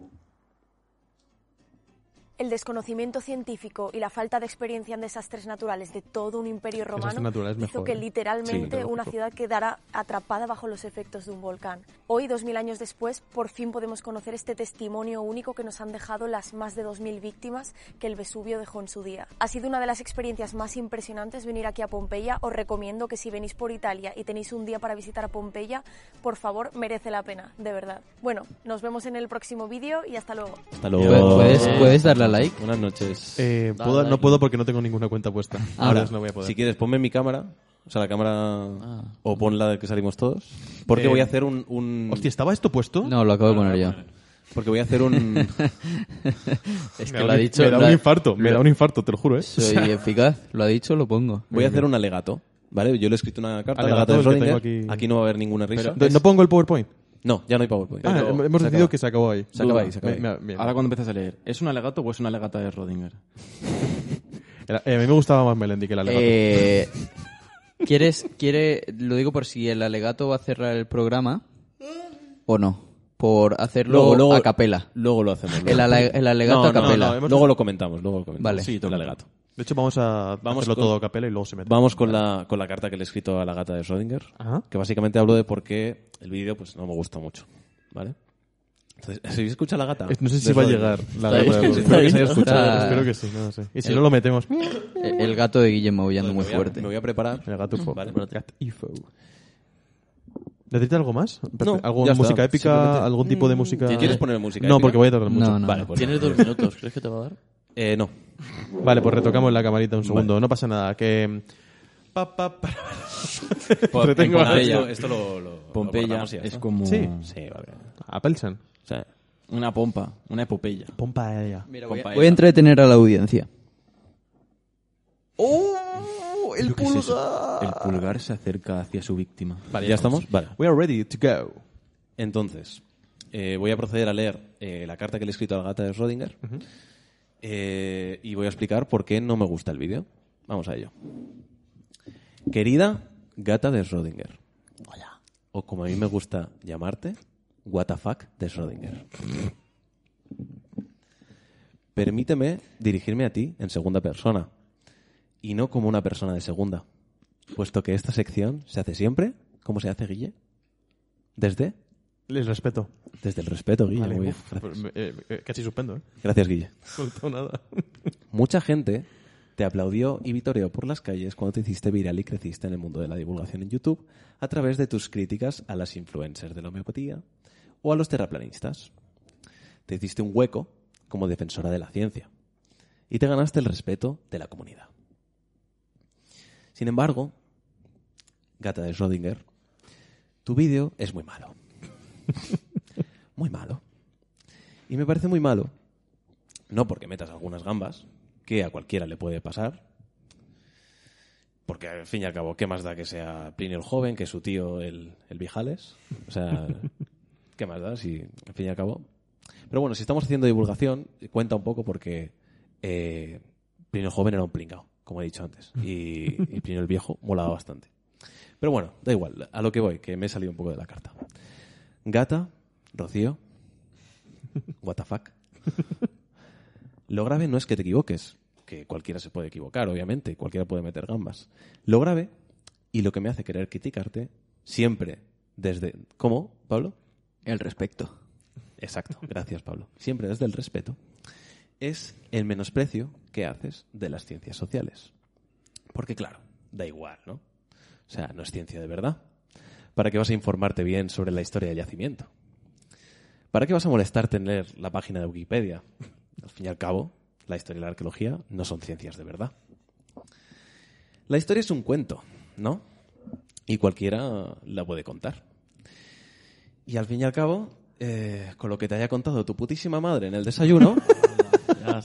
S3: El desconocimiento científico y la falta de experiencia en desastres naturales de todo un imperio romano
S8: Desastres naturales
S3: hizo
S8: mejor,
S3: que
S8: ¿eh?
S3: literalmente
S8: Sí,
S3: una ciudad quedara atrapada bajo los efectos de un volcán. Hoy, dos mil años después, por fin podemos conocer este testimonio único que nos han dejado las más de dos mil víctimas que el Vesubio dejó en su día. Ha sido una de las experiencias más impresionantes venir aquí a Pompeya. Os recomiendo que si venís por Italia y tenéis un día para visitar a Pompeya, por favor, merece la pena, de verdad. Bueno, nos vemos en el próximo vídeo y hasta luego.
S5: Hasta
S6: Pu-
S5: luego.
S3: Pues,
S6: ¿Puedes, puedes darle a like?
S5: Buenas noches.
S6: Dale,
S8: Eh, puedo-
S6: dale.
S8: no puedo porque no tengo ninguna cuenta puesta. Ahora no voy a poder.
S5: Si quieres, ponme mi cámara. O sea, la cámara.
S9: Ah.
S5: O pon la de que salimos todos. Porque
S8: Eh,
S5: voy a hacer un. un-
S8: Hostia, ¿estaba esto puesto?
S6: No, lo acabo de poner yo.
S5: Porque voy a hacer
S8: (laughs)
S5: un.
S6: Es
S8: Me
S6: que
S8: da
S6: lo ha
S8: un-
S6: dicho.
S8: me da
S6: lo ha-
S8: un infarto, me
S6: lo-
S8: da un infarto, te lo juro, ¿eh? O sea,
S6: Soy eficaz, lo ha dicho, lo pongo.
S5: Voy a hacer un alegato. ¿Vale? Yo le he escrito una carta. Alegato,
S8: Alegato
S5: de
S8: es el que
S5: Schrödinger.
S8: tengo
S5: Aquí...
S8: aquí.
S5: no va a haber ninguna risa.
S8: ¿No pongo el PowerPoint?
S5: No, ya no hay PowerPoint.
S8: Ah,
S5: Pero
S8: hemos
S5: se
S8: decidido
S5: acaba.
S8: que se acabó ahí.
S5: Se acaba ahí,
S8: Duda.
S5: se acaba ahí.
S8: Me- me- bien.
S9: Ahora cuando empiezas a leer, ¿es un alegato o es una legata de Rodinger?
S8: Era- eh, a mí me gustaba más Melendi que la alegato.
S6: Eh, ¿Quieres, quiere, lo digo por si el alegato va a cerrar el programa o no? Por hacerlo a capela.
S5: Luego lo hacemos.
S6: El,
S5: luego.
S6: ale- el alegato
S5: No,
S6: a
S5: no,
S6: capela.
S5: no, hemos- luego lo comentamos. Luego lo comentamos.
S6: Vale.
S5: Sí, el alegato.
S8: De hecho, vamos a
S5: Vamos
S8: hacerlo
S5: con-
S8: todo a capela y luego se mete.
S5: Vamos con la, con la carta que le he escrito a la gata de Schrödinger,
S8: Ajá.
S5: que básicamente hablo de por qué el vídeo pues, no me gusta mucho. ¿Vale? Entonces, ¿se escucha la gata?
S8: Eh, No sé si
S5: De
S8: va a
S5: Schrödinger.
S8: llegar la
S9: Está ahí,
S8: alegato de
S9: está
S5: (laughs)
S8: Espero que
S9: ahí,
S8: se haya
S9: ¿no?
S8: escuchado.
S6: Está-
S8: Espero que sí, no lo sé. Y si
S6: El-
S8: no lo metemos.
S6: El el gato de Guillermo aullando
S5: Entonces, me
S6: muy
S5: voy a-
S6: fuerte.
S5: Me voy a preparar.
S8: El gato fo.
S5: Vale.
S8: Gat info. ¿Necesitas algo más?
S5: No, ya
S8: ¿Alguna
S5: está.
S8: música épica?
S5: Simplemente-
S8: ¿Algún tipo de música?
S5: ¿Quieres poner música
S8: No,
S5: épica?
S8: porque voy a tardar mucho.
S6: No, no.
S5: Vale, pues.
S10: Tienes dos minutos, ¿crees que te va a dar?
S5: Eh, no.
S8: Vale, pues retocamos la camarita un segundo. No pasa nada. Que... mm, Pa, pa, pa. (laughs) Entretengo a-
S5: Nada, esto, esto lo, lo- lo
S9: Pompeya
S5: guardamos y ya
S9: es
S5: está.
S9: como
S8: Sí.
S5: Sí, vale.
S8: Appelsen.
S5: O sea,
S9: una pompa, una epopeya.
S8: Pompa aérea.
S6: voy, a,
S9: Pompa
S6: voy a
S9: esa.
S6: entretener a la audiencia.
S5: ¡Oh!
S9: ¿Pero qué es eso? El pulgar se acerca hacia su víctima.
S5: ¿Ya estamos? Vale.
S8: We are ready to go.
S5: Entonces, eh, voy a proceder a leer eh, la carta que le he escrito a la gata de Schrödinger eh, y voy a explicar por qué no me gusta el vídeo. Vamos a ello. Querida gata de Schrödinger. Hola. O como a mí me gusta llamarte, what the fuck de Schrödinger. Permíteme dirigirme a ti en segunda persona y no como una persona de segunda, puesto que esta sección se hace siempre como se hace Guille. ¿Desde?
S8: Les respeto.
S5: Desde el respeto, Guille.
S8: Vale,
S5: muy bien.
S8: uf,
S5: Gracias.
S8: pero me- eh, eh, casi suspendo, ¿eh? (laughs)
S5: Gracias, Guille.
S8: Soltó nada.
S5: Mucha gente te aplaudió y vitoreó por las calles cuando te hiciste viral y creciste en el mundo de la divulgación en YouTube a través de tus críticas a las influencers de la homeopatía o a los terraplanistas. Te hiciste un hueco como defensora de la ciencia y te ganaste el respeto de la comunidad. Sin embargo, gata de Schrödinger, tu vídeo es muy malo. (laughs) muy malo. Y me parece muy malo no porque metas algunas gambas, que a cualquiera le puede pasar. Porque al fin y al cabo, ¿qué más da que sea Plinio el joven, que su tío el, el Vijales? O sea, ¿qué más da si al fin y al cabo? Pero bueno, si estamos haciendo divulgación, cuenta un poco porque eh, Plinio el joven era un plingao, como he dicho antes. Y, y Plinio el viejo molaba bastante. Pero bueno, da igual, a lo que voy, que me he salido un poco de la carta. Gata, Rocío, what the fuck. Lo grave no es que te equivoques, que cualquiera se puede equivocar, obviamente, cualquiera puede meter gambas. Lo grave, y lo que me hace querer criticarte, siempre desde... ¿Cómo, Pablo? El respeto. Exacto, gracias, Pablo. Siempre desde el respeto, es el menosprecio que haces de las ciencias sociales. Porque claro, da igual, ¿no? O sea, no es ciencia de verdad. ¿Para qué vas a informarte bien sobre la historia del yacimiento? ¿Para qué vas a molestarte en leer la página de Wikipedia? (laughs) Al fin y al cabo, la historia y la arqueología no son ciencias de verdad. La historia es un cuento, ¿no? Y cualquiera la puede contar. Y al fin y al cabo, eh, con lo que te haya contado tu putísima madre en el desayuno,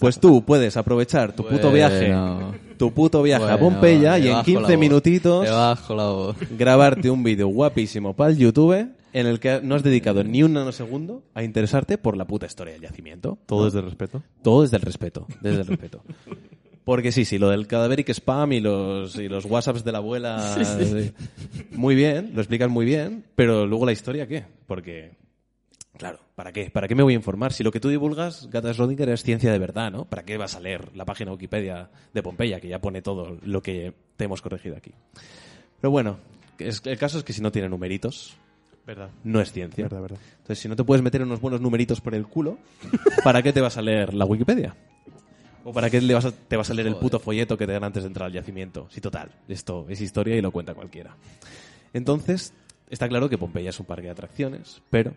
S5: pues tú puedes aprovechar tu puto
S6: Bueno.
S5: viaje, tu puto viaje a
S6: Bueno,
S5: Pompeya y
S6: le
S5: en
S6: bajo la
S5: 15
S6: voz,
S5: minutitos
S6: le bajo la voz.
S5: grabarte un vídeo guapísimo para el YouTube en el que no has dedicado ni un nanosegundo a interesarte por la puta historia del yacimiento.
S8: Todo
S5: ¿no?
S8: desde el respeto.
S5: Todo desde el respeto, desde el respeto. Porque sí, sí, lo del cadaveric spam y los, y los whatsapps de la abuela...
S8: (laughs) Sí, sí.
S5: Muy bien, lo explicas muy bien, pero luego la historia, ¿qué? Porque, claro, ¿para qué? ¿Para qué me voy a informar? Si lo que tú divulgas, Gata Schrödinger, es ciencia de verdad, ¿no? ¿Para qué vas a leer la página Wikipedia de Pompeya, que ya pone todo lo que te hemos corregido aquí? Pero bueno, es- el caso es que si no tiene numeritos,
S8: Verdad.
S5: no es ciencia.
S8: Verdad, verdad.
S5: Entonces, si no te puedes meter unos buenos numeritos por el culo, ¿para qué te vas a leer la Wikipedia? ¿O para qué le vas a- te vas a leer el puto folleto que te dan antes de entrar al yacimiento? Sí, total. Esto es historia y lo cuenta cualquiera. Entonces, está claro que Pompeya es un parque de atracciones, pero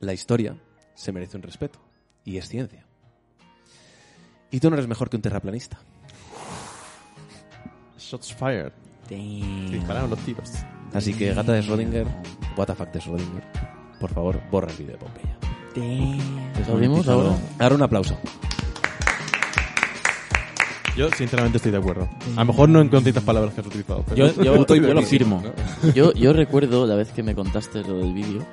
S5: la historia se merece un respeto. Y es ciencia. Y tú no eres mejor que un terraplanista.
S8: Shots fired.
S6: Mm.
S8: Dispararon los tiros.
S5: Así que, gata de Schrödinger, what the fuck de Schrödinger, por favor, borra el vídeo de Pompeya.
S10: ¿Te aplaudimos ahora?
S5: Ahora un aplauso.
S8: Yo, sinceramente, estoy de acuerdo. A lo mejor no en cuantitas palabras que has utilizado. Pero
S10: Yo, yo-
S8: Puto
S10: yo lo
S8: hipervisismo,
S10: firmo.
S8: ¿no?
S10: Yo, yo recuerdo la vez que me contaste lo del vídeo.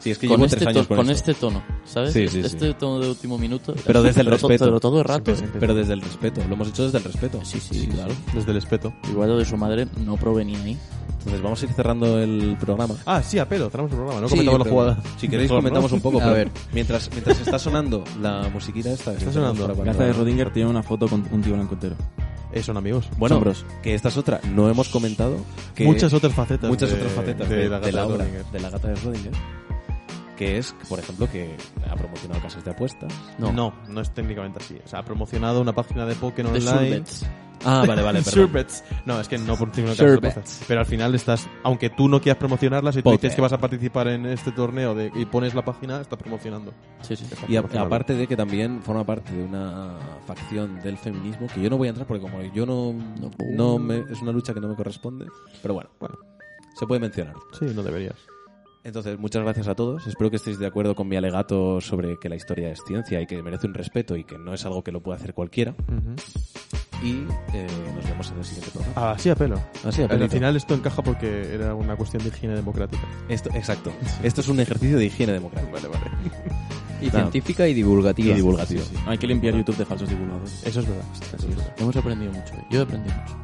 S5: Sí, es que
S10: con
S5: llevo
S10: este
S5: tres años
S10: to-
S5: con
S10: con
S5: esto.
S10: este tono, ¿sabes?
S5: Sí, sí, sí.
S10: este tono de último minuto.
S5: Pero desde el
S10: to-
S5: respeto.
S10: Pero todo el rato.
S5: Pero desde el respeto. Lo hemos hecho desde el respeto.
S10: Sí, sí, claro.
S8: Desde el respeto.
S10: Igual lo de su madre no provenía ahí.
S5: Entonces vamos a ir cerrando el programa.
S8: Ah, sí, a pelo. Tenemos un programa, ¿no?
S5: Sí,
S8: Comentamos la
S5: pero
S8: jugada.
S5: Si queréis
S8: Mejor, ¿no?
S5: comentamos un poco.
S8: A
S5: pero
S8: ver.
S5: Mientras, mientras está sonando la musiquita esta. que
S8: Está
S5: tenemos
S8: sonando.
S5: ahora para
S9: Gata de
S5: entrar.
S9: Rodinger tiene una foto con un tío blanco entero.
S8: Eh, son amigos.
S5: Bueno,
S9: Son bros.
S5: que esta es otra. No hemos comentado que
S8: Muchas otras facetas
S5: Muchas
S8: de-
S5: otras facetas
S8: de
S5: de,
S8: la
S5: la
S8: gata
S5: de, la
S8: de
S5: obra
S8: Schrödinger.
S5: de la gata de Schrödinger. Que es, por ejemplo, que ha promocionado casas de apuestas.
S8: No. no, es técnicamente así. O sea, ha promocionado una página de Pokémon
S10: De
S8: online.
S10: Surbets.
S5: Ah, vale, (laughs)
S8: (laughs)
S5: vale, perdón.
S8: Surbets. No, es que no por ninguna causa
S5: Surbets.
S8: opuesta. Pero al final estás, aunque tú no quieras promocionarla, si tú
S5: Pokémon.
S8: dices que vas a participar en este torneo de- y pones la página, estás promocionando.
S10: Sí, sí.
S8: Estás
S5: Y a-
S8: promocionando.
S5: aparte de que también forma parte de una facción del feminismo que yo no voy a entrar porque como yo no, no, me- es una lucha que no me corresponde, pero bueno,
S8: Bueno.
S5: se puede mencionar.
S8: Sí, no deberías.
S5: Entonces, muchas gracias a todos. Espero que estéis de acuerdo con mi alegato sobre que la historia es ciencia y que merece un respeto y que no es algo que lo pueda hacer cualquiera. y eh, nos vemos en el siguiente programa.
S8: Así Ah, a pelo.
S5: Así a pelo.
S8: Al final esto encaja porque era una cuestión de higiene democrática.
S5: Esto, exacto. Esto es un ejercicio de higiene democrática. Vale, vale.
S6: Y científica y divulgativa.
S5: Y divulgativa.
S6: Sí, sí.
S5: Hay que limpiar YouTube de falsos divulgadores.
S8: Eso es verdad.
S5: Eso es verdad.
S12: Hemos aprendido mucho. ¿eh? Yo he aprendido mucho.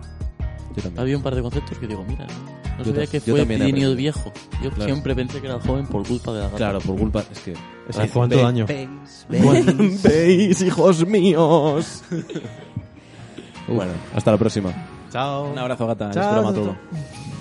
S5: Yo también.
S12: Había un par de conceptos que digo, mira, no,
S5: Yo
S12: no sabía
S5: ta-
S12: que
S5: yo
S12: fue
S5: también he
S12: Plinio el
S5: aprendido.
S12: Viejo. Yo
S5: Claro.
S12: siempre pensé que era el joven por culpa de la gata.
S5: Claro, por culpa. Es que.
S8: Es que cuánto daño.
S5: Veis, veis, hijos míos. bueno, hasta la próxima.
S8: Chao.
S5: Un abrazo, gata.
S8: Chao.
S5: Es dramaturgo.